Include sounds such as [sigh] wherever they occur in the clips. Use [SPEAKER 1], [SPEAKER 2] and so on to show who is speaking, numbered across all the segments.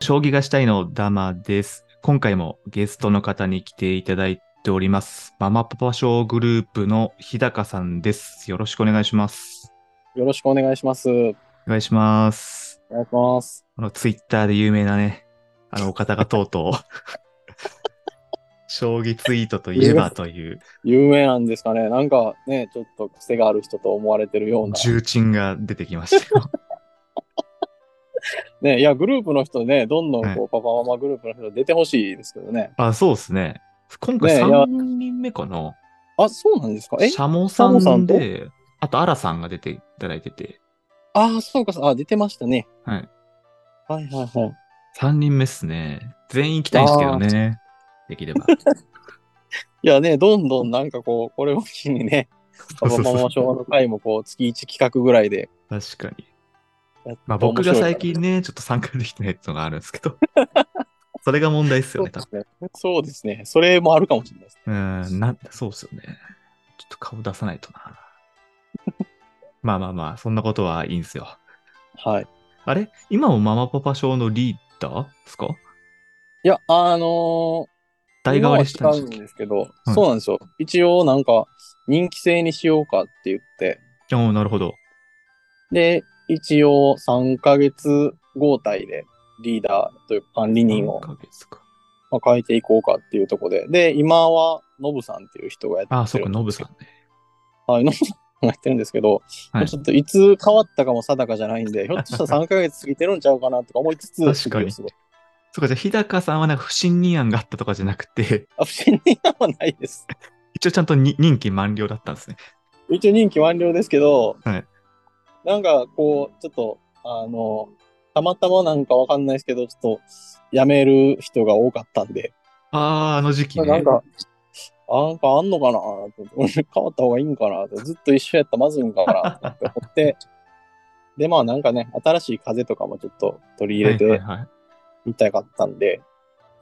[SPEAKER 1] 将棋がしたいのダマです。今回もゲストの方に来ていただいております。ママパパ賞グループの日高さんです。よろしくお願いします。
[SPEAKER 2] よろしくお願いします。お
[SPEAKER 1] お願いします。
[SPEAKER 2] 願いします。
[SPEAKER 1] あの、ツイッターで有名なね、あの、お方がとうとう、
[SPEAKER 2] [laughs]
[SPEAKER 1] 将棋ツイートといえばという
[SPEAKER 2] 有名なんですかね。なんかね、ちょっと癖がある人と思われてるような。
[SPEAKER 1] 重鎮が出てきましたよ。
[SPEAKER 2] ね、いや、グループの人ね、どんどん
[SPEAKER 1] は
[SPEAKER 2] こう、パパママグループの人出てほしいですけどね。
[SPEAKER 1] あ、そうですね。今回
[SPEAKER 2] ねえいや
[SPEAKER 1] 3人目かな。
[SPEAKER 2] あ、そうなんですかえ
[SPEAKER 1] シャモさ
[SPEAKER 2] シャモさ
[SPEAKER 1] ん
[SPEAKER 2] んと
[SPEAKER 1] で、あとアラさんが出ていただいてて、
[SPEAKER 2] あ、そうか、あ、出てましたね。
[SPEAKER 1] はい。
[SPEAKER 2] はいはいはい。
[SPEAKER 1] 3人目っすね。全員行きたいんですけどね。できれ
[SPEAKER 2] [laughs]
[SPEAKER 1] ば。
[SPEAKER 2] いやね、どんどんなんかこう、これを機にね、パ
[SPEAKER 1] そう
[SPEAKER 2] パマ
[SPEAKER 1] そうそ
[SPEAKER 2] マ
[SPEAKER 1] う
[SPEAKER 2] 昭和の会もこう、月1企画ぐらいで
[SPEAKER 1] 確かに。
[SPEAKER 2] やっ
[SPEAKER 1] まあ
[SPEAKER 2] たら
[SPEAKER 1] 僕が最
[SPEAKER 2] 面白いか
[SPEAKER 1] 近ね、ちょっと参加できてないってのがあるんですけど。 [laughs] それが問題っすよね、多
[SPEAKER 2] らそうですね。そうですね。それもあるかもしれないです。
[SPEAKER 1] 分。うん、な、そうっすよね。ちょっと顔出さないとな。 [laughs] まあまあまあ、そんなことはいいんすよ。
[SPEAKER 2] はい。
[SPEAKER 1] あれ今もママパパ賞のリーダーですか
[SPEAKER 2] いや、あのー、
[SPEAKER 1] 代替わりしたんでし
[SPEAKER 2] 今は
[SPEAKER 1] たっ
[SPEAKER 2] 違うん
[SPEAKER 1] け
[SPEAKER 2] ですけど、
[SPEAKER 1] い
[SPEAKER 2] そうなんですよ。一応なんか人気制にしようかって言って、
[SPEAKER 1] ああ、なるほど。
[SPEAKER 2] で、一応3ヶ月交代でリーダーというか管理人を
[SPEAKER 1] 何ヶ月か。
[SPEAKER 2] まあ変えていこうかっていうところで、で、今はノブさんっていう人がやってる
[SPEAKER 1] ああ、そっか、ノブさんね。
[SPEAKER 2] ん。はい、ノブさんがやってるんですけど、
[SPEAKER 1] はい
[SPEAKER 2] ちょっといつ変わったかも定かじゃないんで、ひょっとしたら3ヶ月過ぎてるんちゃうかなとか思いつつ、
[SPEAKER 1] 確かに
[SPEAKER 2] すごい
[SPEAKER 1] そうか、じゃあ日高さんはなんか不信任案があったとかじゃなくて、
[SPEAKER 2] あ不審にはないです。
[SPEAKER 1] 一応ちゃんとに任期満了だったんですね。
[SPEAKER 2] 一応任期満了ですけど、
[SPEAKER 1] はい
[SPEAKER 2] なんかこう、ちょっと、あの、たまたまなんかわかんないですけど、ちょっと、辞める人が多かったんで、
[SPEAKER 1] ああ、あの時期ね。
[SPEAKER 2] なんか、あなんかあんのかなって [laughs] 俺変わった方がいいんかなってずっと一緒やったらまずいんかなって思って、で、まあなんかね、新しい風とかもちょっと取り入れ
[SPEAKER 1] はい
[SPEAKER 2] て
[SPEAKER 1] はいはい、
[SPEAKER 2] みたかったんで、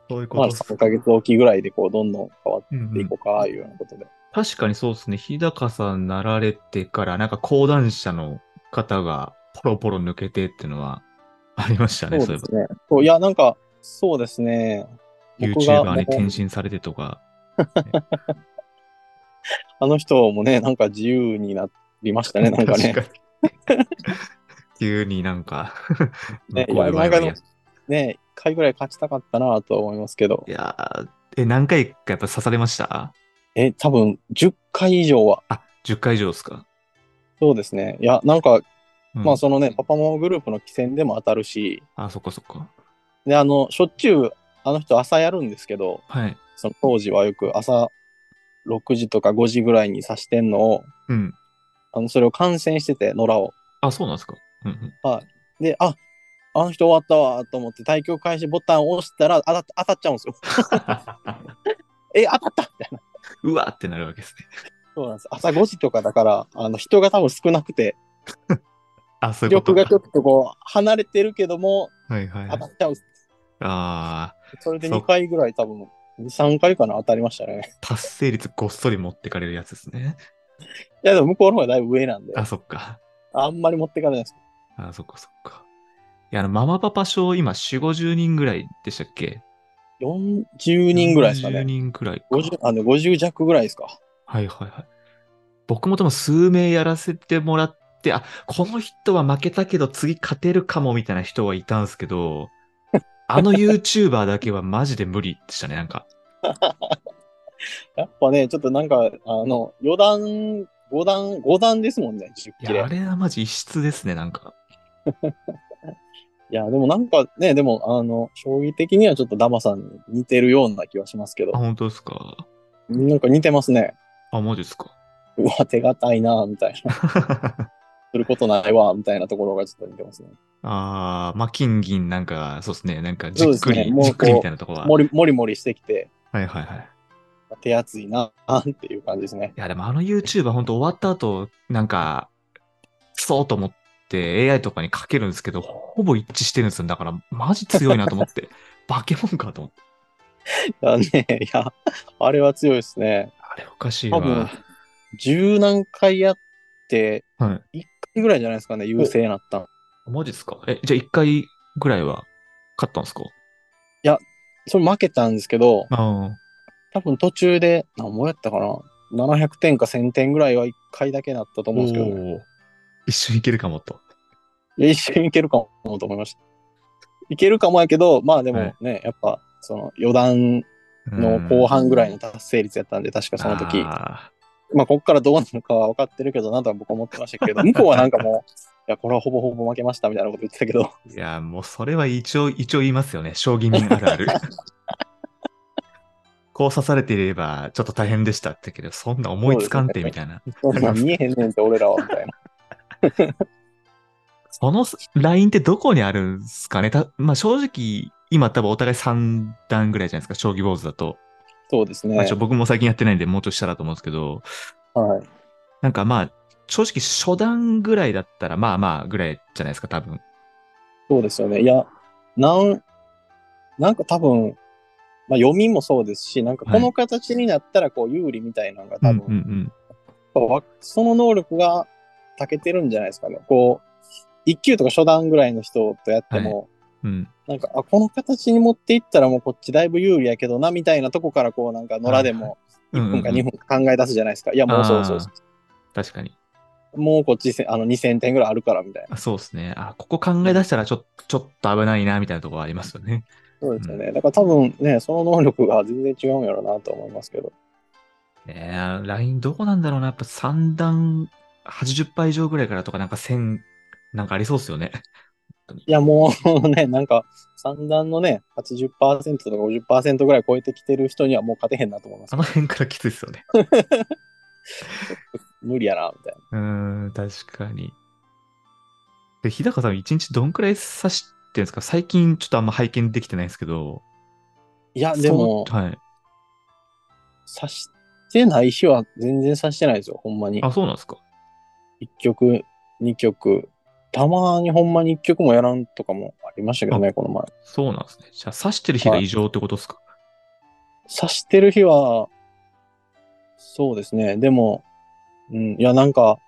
[SPEAKER 1] そういうこ
[SPEAKER 2] ま
[SPEAKER 1] と
[SPEAKER 2] あ
[SPEAKER 1] っす
[SPEAKER 2] 3ヶ月おきぐらいでこう、どんどん変わっ
[SPEAKER 1] うん
[SPEAKER 2] て
[SPEAKER 1] う
[SPEAKER 2] い
[SPEAKER 1] ん
[SPEAKER 2] こうか、いうようなことで。
[SPEAKER 1] 確かにそうですね。日高さんなられてから、なんか講談社の方がポロポロ抜けてっていうのはありましたね。
[SPEAKER 2] そ
[SPEAKER 1] そううい
[SPEAKER 2] で
[SPEAKER 1] えば
[SPEAKER 2] すね。そういや、なんか、そうですね。僕が
[SPEAKER 1] YouTuber に転身されてとか。
[SPEAKER 2] あの人もね、なんか自由になりましたね、なんかね。、
[SPEAKER 1] [laughs] 確かに急になんか
[SPEAKER 2] ね
[SPEAKER 1] 向こうでワイワイやっ
[SPEAKER 2] ね、1回ぐらい勝ちたかったなとは思いますけど
[SPEAKER 1] い、やーえ、何回かやっぱ刺されました
[SPEAKER 2] え、多分10回以上は、
[SPEAKER 1] あ、10回以上ですか。
[SPEAKER 2] そうですね。いや、なんか、
[SPEAKER 1] うん
[SPEAKER 2] まあそのね、パパママグループの棋戦でも当たるし、
[SPEAKER 1] あ、そっかそっか。
[SPEAKER 2] で、あの、しょっちゅう、あの人朝やるんですけど、
[SPEAKER 1] はい。
[SPEAKER 2] その当時はよく朝6時とか5時ぐらいに指してんのを、
[SPEAKER 1] うん。
[SPEAKER 2] あの、それを観戦してて、野良を。
[SPEAKER 1] あ、そうなんですか。うんうん、 [laughs]
[SPEAKER 2] で、ああの人終わったわと思って、対局開始ボタンを押したら当たっ当たっちゃうんですよ。え、当たったみたいな。
[SPEAKER 1] うわーってなるわけですね。
[SPEAKER 2] そうなんです。朝5時とかだから、あの人が多分少なくて、
[SPEAKER 1] あ、そういうこ
[SPEAKER 2] 玉
[SPEAKER 1] とか
[SPEAKER 2] がちょっとこう、離れてるけども、
[SPEAKER 1] はいはいは
[SPEAKER 2] 当
[SPEAKER 1] い
[SPEAKER 2] た。っちゃう。
[SPEAKER 1] あ
[SPEAKER 2] それで
[SPEAKER 1] そう
[SPEAKER 2] 2回ぐらい多分、2、3回かな、当たりましたね
[SPEAKER 1] あ。、達成率ごっそり持ってかれるやつですね。
[SPEAKER 2] いや、でも向こうの方がだいぶ上なんで、
[SPEAKER 1] あ、
[SPEAKER 2] あ
[SPEAKER 1] そっか。
[SPEAKER 2] んまり持ってかれないです。
[SPEAKER 1] あ、そっかそっか。いや、あの、ママパパ賞、今、4、50人ぐらいでしたっけ
[SPEAKER 2] 40人ぐらいですか
[SPEAKER 1] 40
[SPEAKER 2] ね。
[SPEAKER 1] 人ぐらいか。
[SPEAKER 2] 50, あの50弱ぐらいですか。
[SPEAKER 1] はいはいはい。僕も多分数名やらせてもらって、あ、この人は負けたけど次勝てるかもみたいな人はいたんですけ
[SPEAKER 2] [laughs]
[SPEAKER 1] ど、あの YouTuber だけはマジで無理でしたね、なんか。
[SPEAKER 2] やっぱね、ちょっとなんか、あの、4段、5段、5段ですもんね、10
[SPEAKER 1] い
[SPEAKER 2] 切れ
[SPEAKER 1] や、あ。れはマジ異質ですね、なんか。
[SPEAKER 2] いや、でもなんかね、でも、あの、将棋的にはちょっとダマさんに似てるような気はしますけど
[SPEAKER 1] あ、、本当ですか。
[SPEAKER 2] なんか似てますね。
[SPEAKER 1] あ、マジですか。
[SPEAKER 2] うわ、手堅いな、みたいな。 [laughs] することないわ、みたいなところがちょっと似てますね。
[SPEAKER 1] ああ、まあ、金銀なんか、そうですね。なんか、じ
[SPEAKER 2] そう
[SPEAKER 1] っ
[SPEAKER 2] です
[SPEAKER 1] く
[SPEAKER 2] ね
[SPEAKER 1] り、
[SPEAKER 2] もう
[SPEAKER 1] じっくり
[SPEAKER 2] こう
[SPEAKER 1] みたいなところは。
[SPEAKER 2] もりもりもりしてきて、
[SPEAKER 1] はいはいはい。
[SPEAKER 2] 手厚いな、っていう感じですね。 [laughs]
[SPEAKER 1] いや、でもあの YouTuber、本当終わった後、なんか、そうと思って AI とかにかけるんですけど、ほぼ一致してるんですよ。だから、マジ強いなと思って。 [laughs] 化け物かと思って。
[SPEAKER 2] だね、いや、あれは強いですね。
[SPEAKER 1] あれおかしい
[SPEAKER 2] 多分
[SPEAKER 1] わ。、
[SPEAKER 2] 十何回やって、
[SPEAKER 1] は
[SPEAKER 2] 1回ぐらいじゃないですかね、優勢になったの。
[SPEAKER 1] い。マジですかえ、じゃあ一回ぐらいは勝ったんですか
[SPEAKER 2] それ負けたんですけど、
[SPEAKER 1] あ
[SPEAKER 2] 多分途中で、何もやったかな。700点か1000点ぐらいは1回だけなったと
[SPEAKER 1] お
[SPEAKER 2] 思うんですけど、ね、
[SPEAKER 1] ー一緒に行けるかもと。
[SPEAKER 2] いや一瞬いけるかもと思いました。いけるかもやけど、まあでもね、やっぱ、その余談の後半ぐらいの達成率やったんで、確かその時。
[SPEAKER 1] あ
[SPEAKER 2] まあ、ここからどうなるかは分かってるけどなとは僕は思ってました
[SPEAKER 1] [laughs]
[SPEAKER 2] けど、向こうはなんかもう、いや、これはほぼほぼ負けましたみたいなこと言ってた
[SPEAKER 1] [laughs]
[SPEAKER 2] けど、
[SPEAKER 1] ーいや、もうそれは一応、一応言いますよね。将棋民あるあ
[SPEAKER 2] [laughs]
[SPEAKER 1] る。こう刺されていれば、ちょっと大変でしたってけど、そんな思いつかんてみたいな。
[SPEAKER 2] そんなん見えへんねんって俺らはみたいな。
[SPEAKER 1] そのラインってどこにあるんですかねたまあ正直、今多分お互い3段ぐらいじゃないですか、将棋坊主だと。
[SPEAKER 2] そうですね。
[SPEAKER 1] まあちょ
[SPEAKER 2] は
[SPEAKER 1] 僕も最近やってないんで、もうちょっとしたらと思うんですけど、
[SPEAKER 2] い。
[SPEAKER 1] なんかまあ、正直初段ぐらいだったら、まあまあぐらいじゃないですか、多分。
[SPEAKER 2] そうですよね。いや、なん、なんか多分、まあ、読みもそうですし、なんかこの形になったらこう有利みたいなのが
[SPEAKER 1] うん
[SPEAKER 2] 多
[SPEAKER 1] うんう
[SPEAKER 2] 分、
[SPEAKER 1] ん。
[SPEAKER 2] わその能力が長けてるんじゃないですかね。こう、1級とか初段ぐらいの人とやっても、
[SPEAKER 1] うん、
[SPEAKER 2] なんか、あ、この形に持っていったらもうこっちだいぶ有利やけどな、みたいなとこからこうなんか野良でも
[SPEAKER 1] うん
[SPEAKER 2] 1分か
[SPEAKER 1] うんうん
[SPEAKER 2] 2分か考え出すじゃないですか。いや、もうそうそうそ
[SPEAKER 1] 確かに。
[SPEAKER 2] う。もうこっちせあの2000点ぐらいあるから、みたいな。
[SPEAKER 1] あそうですね。あ、ここ考え出したらちょっと、ちょっと危ないな、みたいなところありますよね。 [laughs]
[SPEAKER 2] そうですよね。だから多分ね、その能力が全然違うんやろなと思いますけど。
[SPEAKER 1] ねえ、ラインどこなんだろうな。やっぱ3段80杯以上ぐらいからとか、なんか1000、なんかありそうですよね。 [laughs]
[SPEAKER 2] いや、もうね、なんか三段のね、80%とか50%ぐらい超えてきてる人にはもう勝てへんなと思います
[SPEAKER 1] あ。の辺からきついですよね。
[SPEAKER 2] 無理やな、みたいな。
[SPEAKER 1] うーん、確かに。で、日高さん一日どんくらい指してるんですか最近ちょっとあんま拝見できてないんですけど。
[SPEAKER 2] いや、でも
[SPEAKER 1] そ、のはい。
[SPEAKER 2] 刺してない日は全然刺してないですよ、ほんまに。
[SPEAKER 1] あ、そうなんですか。
[SPEAKER 2] 一曲、二曲、たまにほんまに一曲もやらんとかもありましたけどね、この前。
[SPEAKER 1] そうなんですね。じゃあ、指してる日が異常ってことですか、
[SPEAKER 2] 刺してる日は、そうですね。でも、うん、いや、なんか、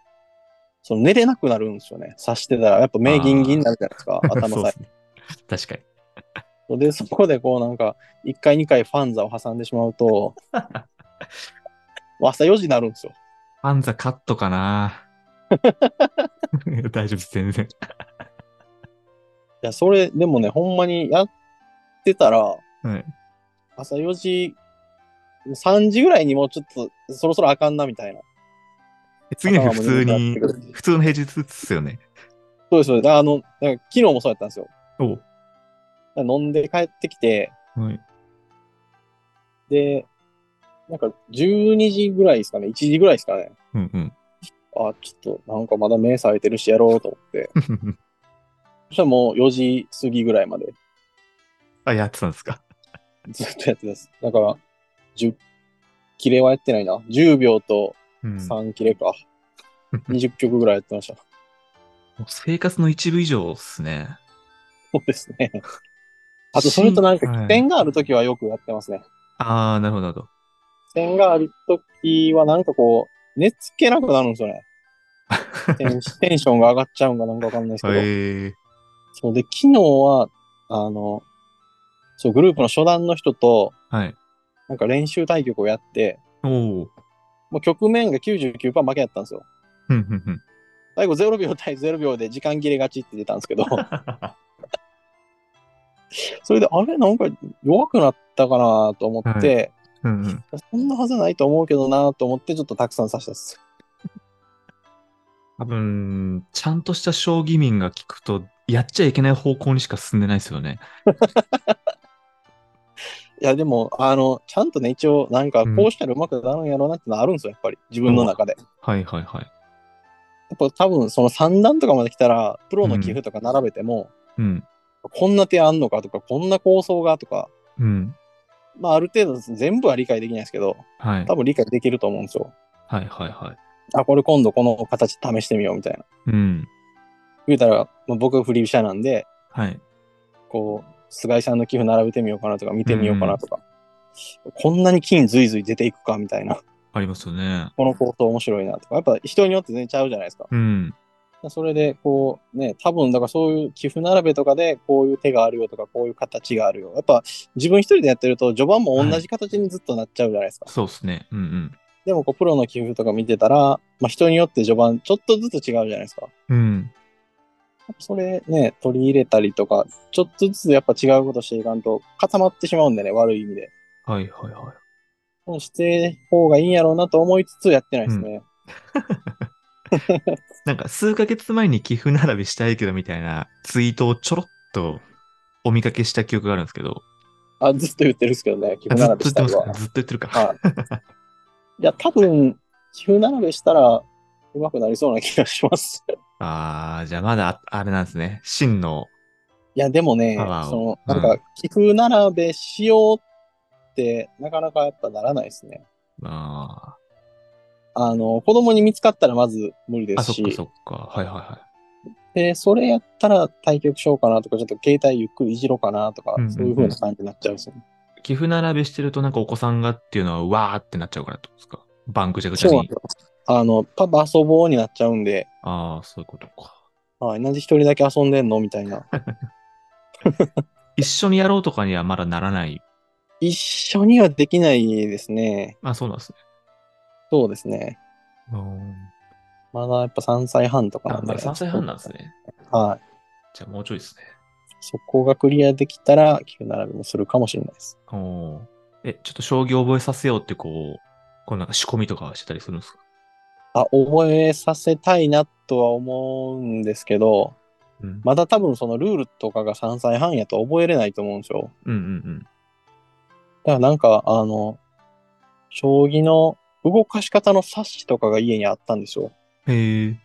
[SPEAKER 2] その寝れなくなるんですよね。刺してたら、やっぱ目ギンギンになるじゃないですか、
[SPEAKER 1] [laughs]
[SPEAKER 2] 頭
[SPEAKER 1] そう
[SPEAKER 2] さ
[SPEAKER 1] で
[SPEAKER 2] え
[SPEAKER 1] すね。確かに。
[SPEAKER 2] で、そこでこうなんか、一回二回ファンザを挟んでしま
[SPEAKER 1] [laughs]
[SPEAKER 2] うと、朝4時になるんですよ。
[SPEAKER 1] パンザカットかな [laughs] 大丈夫です、
[SPEAKER 2] [laughs]
[SPEAKER 1] 全然。
[SPEAKER 2] いや、それ、でもね、ほんまにやってたら、
[SPEAKER 1] はい
[SPEAKER 2] 朝4時、3時ぐらいにもうちょっと、そろそろあかんな、みたいな。
[SPEAKER 1] 次の日普通
[SPEAKER 2] 頭も
[SPEAKER 1] に
[SPEAKER 2] 眠くなってくる、
[SPEAKER 1] 普通の平日ですよね。
[SPEAKER 2] そうです、そうです。だからあの、なんか昨日もそうやったんですよ。
[SPEAKER 1] おう
[SPEAKER 2] だから飲んで帰ってきて、
[SPEAKER 1] はい。
[SPEAKER 2] で、なんか12時ぐらいですかね、1時ぐらいですかね。
[SPEAKER 1] うんうん。
[SPEAKER 2] あ、ちょっとなんかまだ目覚えてるしやろうと思って。そしたらもう4時過ぎぐらいまで
[SPEAKER 1] [laughs] あ、やってたんですか。
[SPEAKER 2] ずっとやってたです。だから、10切れはやってないな。10秒と
[SPEAKER 1] うん、
[SPEAKER 2] 3切れ
[SPEAKER 1] [laughs]
[SPEAKER 2] か。20曲ぐらいやってました。
[SPEAKER 1] もう生活の一部以上ですね。
[SPEAKER 2] そうですね。あと、それとなんか
[SPEAKER 1] はい、
[SPEAKER 2] 点があるときはよくやってますね。
[SPEAKER 1] ああ、なるほど、なるほど。
[SPEAKER 2] 点があるときはなんかこう、寝つけなくなるんですよね。
[SPEAKER 1] [laughs]
[SPEAKER 2] テンテンションが上がっちゃうんかなんかわかんないですけど。
[SPEAKER 1] へえ
[SPEAKER 2] そうで、昨日は、あの、そう、グループの初段の人と、
[SPEAKER 1] [laughs] はい。
[SPEAKER 2] なんか練習対局をやって、
[SPEAKER 1] おお。
[SPEAKER 2] もう局面が99%負けだったんですよ。
[SPEAKER 1] ふんふんふ [laughs] ん。
[SPEAKER 2] 最後0秒対0秒で時間切れがちって出たんで
[SPEAKER 1] [laughs]
[SPEAKER 2] すけど、それで、あれなんか弱くなったかなと思って、
[SPEAKER 1] うんうん。
[SPEAKER 2] そんなはずないと思うけどなと思って、ちょっとたくさん刺したっす。
[SPEAKER 1] 多分、ちゃんとした将棋民が聞くと、やっちゃいけない方向にしか進んでないですよね。
[SPEAKER 2] いや、でも、あの、ちゃんとね、一応、なんか、こうしたらうまくなるんやろうなってのはあるんですよ、やっぱり。自分の中で。
[SPEAKER 1] はいはいはい。
[SPEAKER 2] やっぱ多分、その三段とかまで来たら、プロの寄付とか並べても、
[SPEAKER 1] うん。
[SPEAKER 2] こんな手あんのかとか、こんな構想がとか、
[SPEAKER 1] うん。
[SPEAKER 2] まあ、ある程度、全部は理解できないですけど、
[SPEAKER 1] はい。
[SPEAKER 2] 多分理解できると思うんですよ。
[SPEAKER 1] はいはいはい。
[SPEAKER 2] あ、これ今度この形試してみようみたいな。
[SPEAKER 1] うん。
[SPEAKER 2] 言うたら、まあ、僕がフリー飛車なんで、
[SPEAKER 1] はい。
[SPEAKER 2] こう、菅井さんの寄付並べてみようかなとか、見てみようかなとか、こんなに金ずいずい出ていくかみたいな。
[SPEAKER 1] ありますよね。
[SPEAKER 2] この構想面白いなとか、やっぱ人によって全然ちゃうじゃないですか。
[SPEAKER 1] うん。
[SPEAKER 2] それで、こう、ね、多分、だからそういう寄付並べとかで、こういう手があるよとか、こういう形があるよ。やっぱ、自分一人でやってると、序盤も同じ形にずっとなっちゃうじゃないですか。
[SPEAKER 1] そうですね。うんうん。
[SPEAKER 2] でも、こう、プロの寄付とか見てたら、まあ、人によって序盤、ちょっとずつ違うじゃないですか。
[SPEAKER 1] うん。
[SPEAKER 2] それね、取り入れたりとか、ちょっとずつやっぱ違うことしていかんと、固まってしまうんでね、悪い意味で。
[SPEAKER 1] はいはいはい。
[SPEAKER 2] して方がいいんやろうなと思いつつやってないですね。
[SPEAKER 1] なんか数ヶ月前に寄付並びしたいけどみたいなツイートをちょろっとお見かけした記憶があるんですけど、
[SPEAKER 2] あ、ずっと言ってるんですけどね、寄
[SPEAKER 1] あ
[SPEAKER 2] 付
[SPEAKER 1] ずっと言っ
[SPEAKER 2] 並べしてた
[SPEAKER 1] ま
[SPEAKER 2] り
[SPEAKER 1] す
[SPEAKER 2] は。
[SPEAKER 1] ずっと言ってるか。
[SPEAKER 2] [laughs] はい。いや、多分、寄付並べしたら、うまくなりそうな気がします。 [laughs]
[SPEAKER 1] あー、じゃあまだああれなんですね。真の。
[SPEAKER 2] いや、でもね、
[SPEAKER 1] パワーを
[SPEAKER 2] その、
[SPEAKER 1] う
[SPEAKER 2] なんんか、寄付並べしようって、なかなかやっぱならないですね。
[SPEAKER 1] あ
[SPEAKER 2] あの、子供に見つかったらまず無理で
[SPEAKER 1] ーあ、
[SPEAKER 2] す
[SPEAKER 1] そっか
[SPEAKER 2] し
[SPEAKER 1] そ、っか。はいはいはい。
[SPEAKER 2] で、それやったら対局しようかなとか、ちょっと携帯ゆっくりいじろうかなとか
[SPEAKER 1] うんうんうん、
[SPEAKER 2] そういう風な感じになっちゃうんですよね。
[SPEAKER 1] 寄付並べしてるとなんかお子さんがっていうのはわーってなっちゃうからってことですかバンぐちゃぐちゃ
[SPEAKER 2] そうなん
[SPEAKER 1] に
[SPEAKER 2] で。すよ。あの、パパ遊ぼうになっちゃうんで、
[SPEAKER 1] ああ、そういうことか。
[SPEAKER 2] はい、なんで一人だけ遊んでんのみたい
[SPEAKER 1] [laughs]
[SPEAKER 2] な。
[SPEAKER 1] 一緒にやろうとかにはまだならない。
[SPEAKER 2] 一緒にはできないですね。
[SPEAKER 1] あそうなんですね。
[SPEAKER 2] そうですね。まだやっぱ3歳半とか
[SPEAKER 1] あ
[SPEAKER 2] なんん
[SPEAKER 1] ま
[SPEAKER 2] で。
[SPEAKER 1] り3歳半なんです。ね。
[SPEAKER 2] はい。
[SPEAKER 1] じゃあもうちょいですね。
[SPEAKER 2] そこがクリアできたら、急並びもするかもしれないです。
[SPEAKER 1] おーえ、ちょっと将棋覚えさせようってこう、こうなんか仕込みとかはしてたりするんですか
[SPEAKER 2] あ、覚えさせたいなとは思うんですけど、
[SPEAKER 1] うん。
[SPEAKER 2] まだ多分そのルールとかが3歳半やと覚えれないと思うんですよ。
[SPEAKER 1] うんうん
[SPEAKER 2] だからなんか、あの、将棋の動かし方の冊子とかが家にあったんですよ。
[SPEAKER 1] うん。へえ。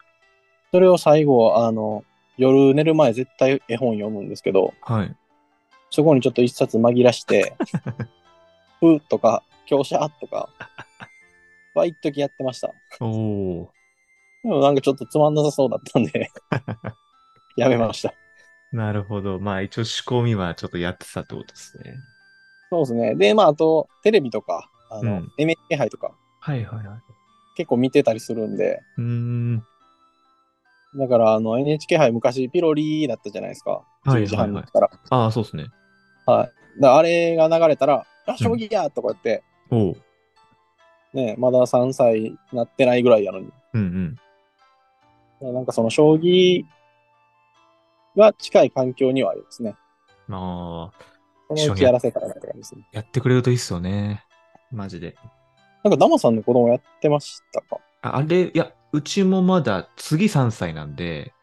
[SPEAKER 2] それを最後、あの、夜寝る前絶対絵本読むんですけど、
[SPEAKER 1] はい。
[SPEAKER 2] そこにちょっと一冊紛
[SPEAKER 1] [laughs]
[SPEAKER 2] らして、ふとか、強者とか、は一時やってました。
[SPEAKER 1] おお。
[SPEAKER 2] でもなんかちょっとつまんなさそうだったん
[SPEAKER 1] [laughs]
[SPEAKER 2] で、やめました。
[SPEAKER 1] なるほど。まあ一応仕込みはちょっとやってたってことですね。
[SPEAKER 2] そうですね。で、まああと、テレビとか、あ
[SPEAKER 1] う
[SPEAKER 2] の、
[SPEAKER 1] ん
[SPEAKER 2] NHK 杯とか、
[SPEAKER 1] はいはいはい。
[SPEAKER 2] 結構見てたりするんで、
[SPEAKER 1] うーん。
[SPEAKER 2] だからあの NHK 杯昔ピロリだったじゃないですか。
[SPEAKER 1] はいはいはい
[SPEAKER 2] 10時半に行ったら。
[SPEAKER 1] ああ、そうですね。
[SPEAKER 2] はい。だからあれが流れたら、あ、将棋やとか言って、
[SPEAKER 1] おお。
[SPEAKER 2] ね、まだ3歳なってないぐらいやのに。
[SPEAKER 1] うんうん。
[SPEAKER 2] なんかその将棋が近い環境にはありますね。
[SPEAKER 1] まあ、
[SPEAKER 2] そのうちやらせたらなって感じですね。
[SPEAKER 1] やってくれるといいっすよね。マジで。
[SPEAKER 2] なんかダマさんの子供やってましたか
[SPEAKER 1] ああれ、いや、うちもまだ次3歳なんで、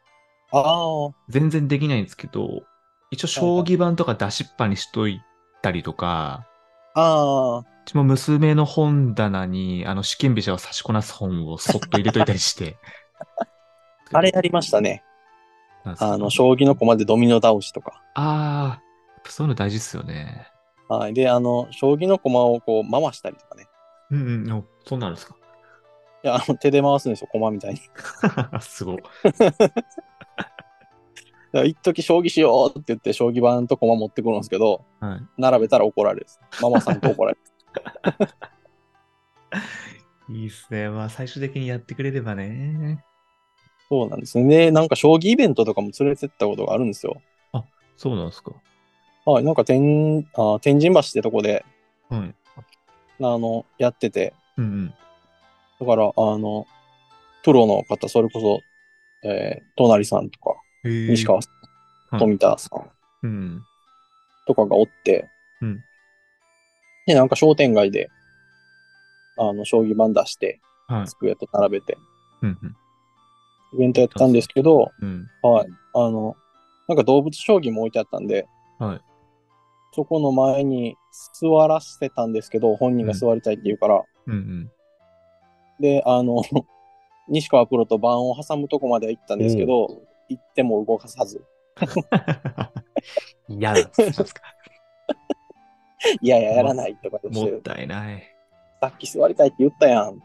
[SPEAKER 2] ああ、は
[SPEAKER 1] 全然できないんですけど、一応将棋盤とか出しっぱにしといたりとか、
[SPEAKER 2] ああ、
[SPEAKER 1] うちも娘の本棚に、あの、試験飛車を差しこなす本をそっと入れといたりして。
[SPEAKER 2] [laughs] あれやりましたね。
[SPEAKER 1] なんですけど
[SPEAKER 2] あの、将棋の駒でドミノ倒しとか。
[SPEAKER 1] ああ、やっぱそういうの大事っすよね。
[SPEAKER 2] はい。で、あの、将棋の駒をこう回したりとかね。
[SPEAKER 1] うんうん、おそうなんです
[SPEAKER 2] いや、あの手で回すんですよ、駒みたいに。
[SPEAKER 1] か。 [laughs] すごい。
[SPEAKER 2] だから一時将棋しようって言って、将棋盤と駒持ってくるんですけど、
[SPEAKER 1] はい。
[SPEAKER 2] 並べたら怒られるです。ママさんと怒ら [laughs] れる。
[SPEAKER 1] いいっすね。まあ、最終的にやってくれればね。
[SPEAKER 2] そうなんですね。で、なんか将棋イベントとかも連れてったことがあるんですよ。
[SPEAKER 1] そうなんですか。
[SPEAKER 2] はい、なんか天、あ天神橋ってとこで、
[SPEAKER 1] はい。
[SPEAKER 2] あの、やってて、
[SPEAKER 1] うんうん。
[SPEAKER 2] だから、あの、プロの方、それこそ、えー、隣さんとか、
[SPEAKER 1] へー
[SPEAKER 2] 西川さ
[SPEAKER 1] は
[SPEAKER 2] ん、
[SPEAKER 1] い
[SPEAKER 2] 富田さん
[SPEAKER 1] うん。
[SPEAKER 2] とかがおって、
[SPEAKER 1] うん
[SPEAKER 2] で、なんか商店街で、あの、将棋盤出して、
[SPEAKER 1] はい。
[SPEAKER 2] 机と並べて、
[SPEAKER 1] うん
[SPEAKER 2] イベントやったんですけど、
[SPEAKER 1] うん。うん。
[SPEAKER 2] はい、あの、なんか動物将棋も置いてあったんで、
[SPEAKER 1] はい
[SPEAKER 2] そこの前に座らせてたんですけど、本人が座りたいって言うから、
[SPEAKER 1] うんうん。
[SPEAKER 2] で、あの、 [laughs] 西川プロと盤を挟むとこまでは行ったんですけど、行っても動かさず、
[SPEAKER 1] [laughs] 嫌だ。
[SPEAKER 2] [laughs] いやいや、やらないとか言
[SPEAKER 1] も
[SPEAKER 2] っ、
[SPEAKER 1] ってたいない。
[SPEAKER 2] さっき座りたいって言ったやん。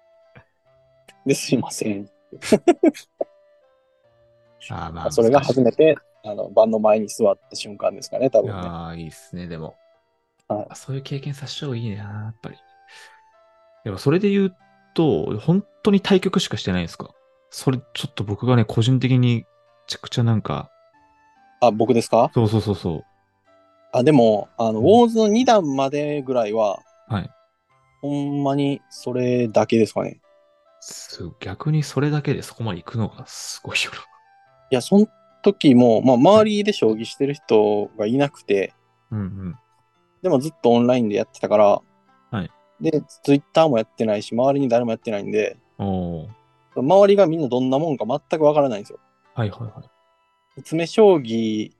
[SPEAKER 1] [laughs]
[SPEAKER 2] で、すいません。
[SPEAKER 1] ああまあ、
[SPEAKER 2] それが初め
[SPEAKER 1] て。
[SPEAKER 2] て、あの、盤の前に座った瞬間ですかね、多分ね。
[SPEAKER 1] ああ、いいっすね、でも。
[SPEAKER 2] はい
[SPEAKER 1] あそういう経験させた方がいいな、やっぱり。でも、それで言うと、本当に対局しかしてないんですかそれちょっと僕がね、個人的にめちゃくちゃなんか、
[SPEAKER 2] あ、僕ですか
[SPEAKER 1] そうそうそうそ
[SPEAKER 2] あ、でも、あの、
[SPEAKER 1] う
[SPEAKER 2] ウ
[SPEAKER 1] ん
[SPEAKER 2] ォーズの2段までぐらいは、
[SPEAKER 1] う。はい。
[SPEAKER 2] ほんまにそれだけですかね。
[SPEAKER 1] す逆にそれだけでそこまで行くのがすごいよ
[SPEAKER 2] いや、その時も、まあ、周りで将棋してる人がいなくて、
[SPEAKER 1] な。うんうん。
[SPEAKER 2] でもずっとオンラインでやってたから、
[SPEAKER 1] はい。
[SPEAKER 2] で、ツイッターもやってないし、周りに誰もやってないんで、
[SPEAKER 1] おー
[SPEAKER 2] 周りがみんなどんなもんか全くわからないんですよ。
[SPEAKER 1] はいはいはい。
[SPEAKER 2] 詰将棋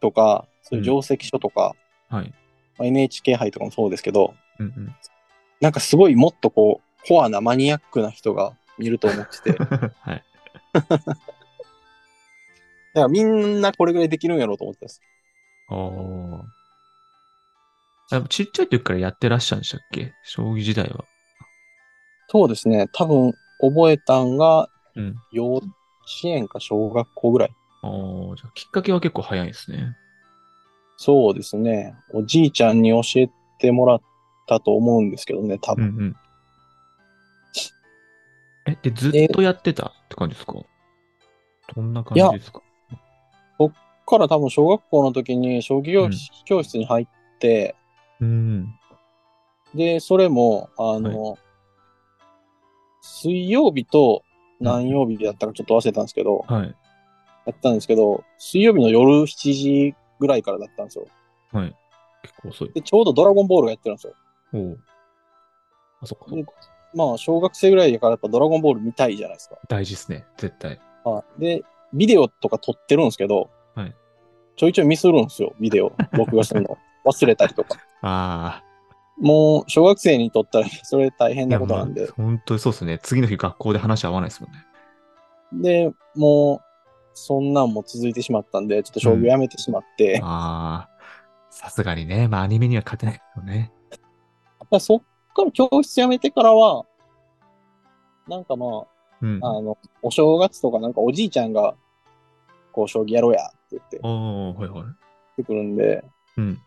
[SPEAKER 2] とか、そういう定石書とか、
[SPEAKER 1] はい。
[SPEAKER 2] まあ NHK 杯とかもそうですけど、
[SPEAKER 1] うんうん。 [laughs]
[SPEAKER 2] なんかすごいもっとこう、コアなマニアックな人がいると思ってて、 [laughs] だか
[SPEAKER 1] はい。
[SPEAKER 2] らみんなこれぐらいできるんやろうと思ってます。
[SPEAKER 1] おーあちっちゃい時からやってらっしゃるんでしたっけ将棋時代は。
[SPEAKER 2] そうですね、多分覚えたんが
[SPEAKER 1] うん。
[SPEAKER 2] 幼稚園か小学校ぐらい。
[SPEAKER 1] おーじゃあきっかけは結構早いですね。
[SPEAKER 2] そうですね、おじいちゃんに教えてもらったと思うんですけどね、
[SPEAKER 1] う
[SPEAKER 2] 多
[SPEAKER 1] ん
[SPEAKER 2] 分。
[SPEAKER 1] うん。え、で、ずっとやってたって感じですかどんな感じですか
[SPEAKER 2] から多分小学校の時に将棋教室教室に入って、
[SPEAKER 1] うん。
[SPEAKER 2] で、それも、あの、水曜日と何曜日だったかちょっと忘れたんですけど、
[SPEAKER 1] はい。
[SPEAKER 2] やったんですけど、水曜日の夜7時ぐらいからだったんですよ。
[SPEAKER 1] はい。結構遅い。
[SPEAKER 2] で、ちょうどドラゴンボールがやってるんですよ。
[SPEAKER 1] おお。あ、そっかそっか。
[SPEAKER 2] まあ、小学生ぐらいだからやっぱドラゴンボール見たいじゃないですか。
[SPEAKER 1] 大事ですね。絶対。
[SPEAKER 2] はい、で、ビデオとか撮ってるんですけど、
[SPEAKER 1] はい
[SPEAKER 2] ちょいちょいミスるんですよ、ビ
[SPEAKER 1] [laughs]
[SPEAKER 2] デオ。録画するの。忘れたりとか。
[SPEAKER 1] ああ。
[SPEAKER 2] もう、小学生にとったらそれ大変なことなんで。
[SPEAKER 1] 本当にそうですね。次の日学校で話合わないですもんね。
[SPEAKER 2] で、もう、そんなんも続いてしまったんで、ちょっと将棋をやめてしまって、 [laughs]
[SPEAKER 1] ああ。さすがにね。まあ、アニメには勝てないよね。
[SPEAKER 2] だからそっから教室辞めてからは、なんかま
[SPEAKER 1] うん。
[SPEAKER 2] あ、あの、お正月とかなんかおじいちゃんが、こう、将棋やろうやって言って、
[SPEAKER 1] おおはいはい。
[SPEAKER 2] 来てくるんで、
[SPEAKER 1] うん。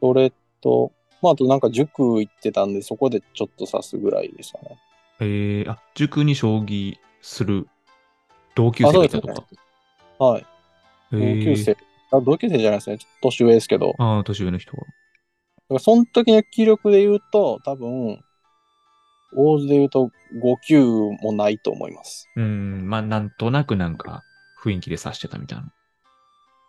[SPEAKER 2] それと、まあ、あとなんか塾行ってたんで、そこでちょっと指すぐらいですかね。
[SPEAKER 1] えー、あ、塾に将棋する同級生がいたとか。
[SPEAKER 2] はい。
[SPEAKER 1] 同
[SPEAKER 2] 同級生。あ同級生じゃないですね。ちょっと年上ですけど。だか
[SPEAKER 1] ああ、年上の人が。
[SPEAKER 2] らその時の記録で言うと、多分、大津で言うと5級もないと思います。
[SPEAKER 1] うん、まあ、なんとなくなんか、雰囲気で察してたみたいな。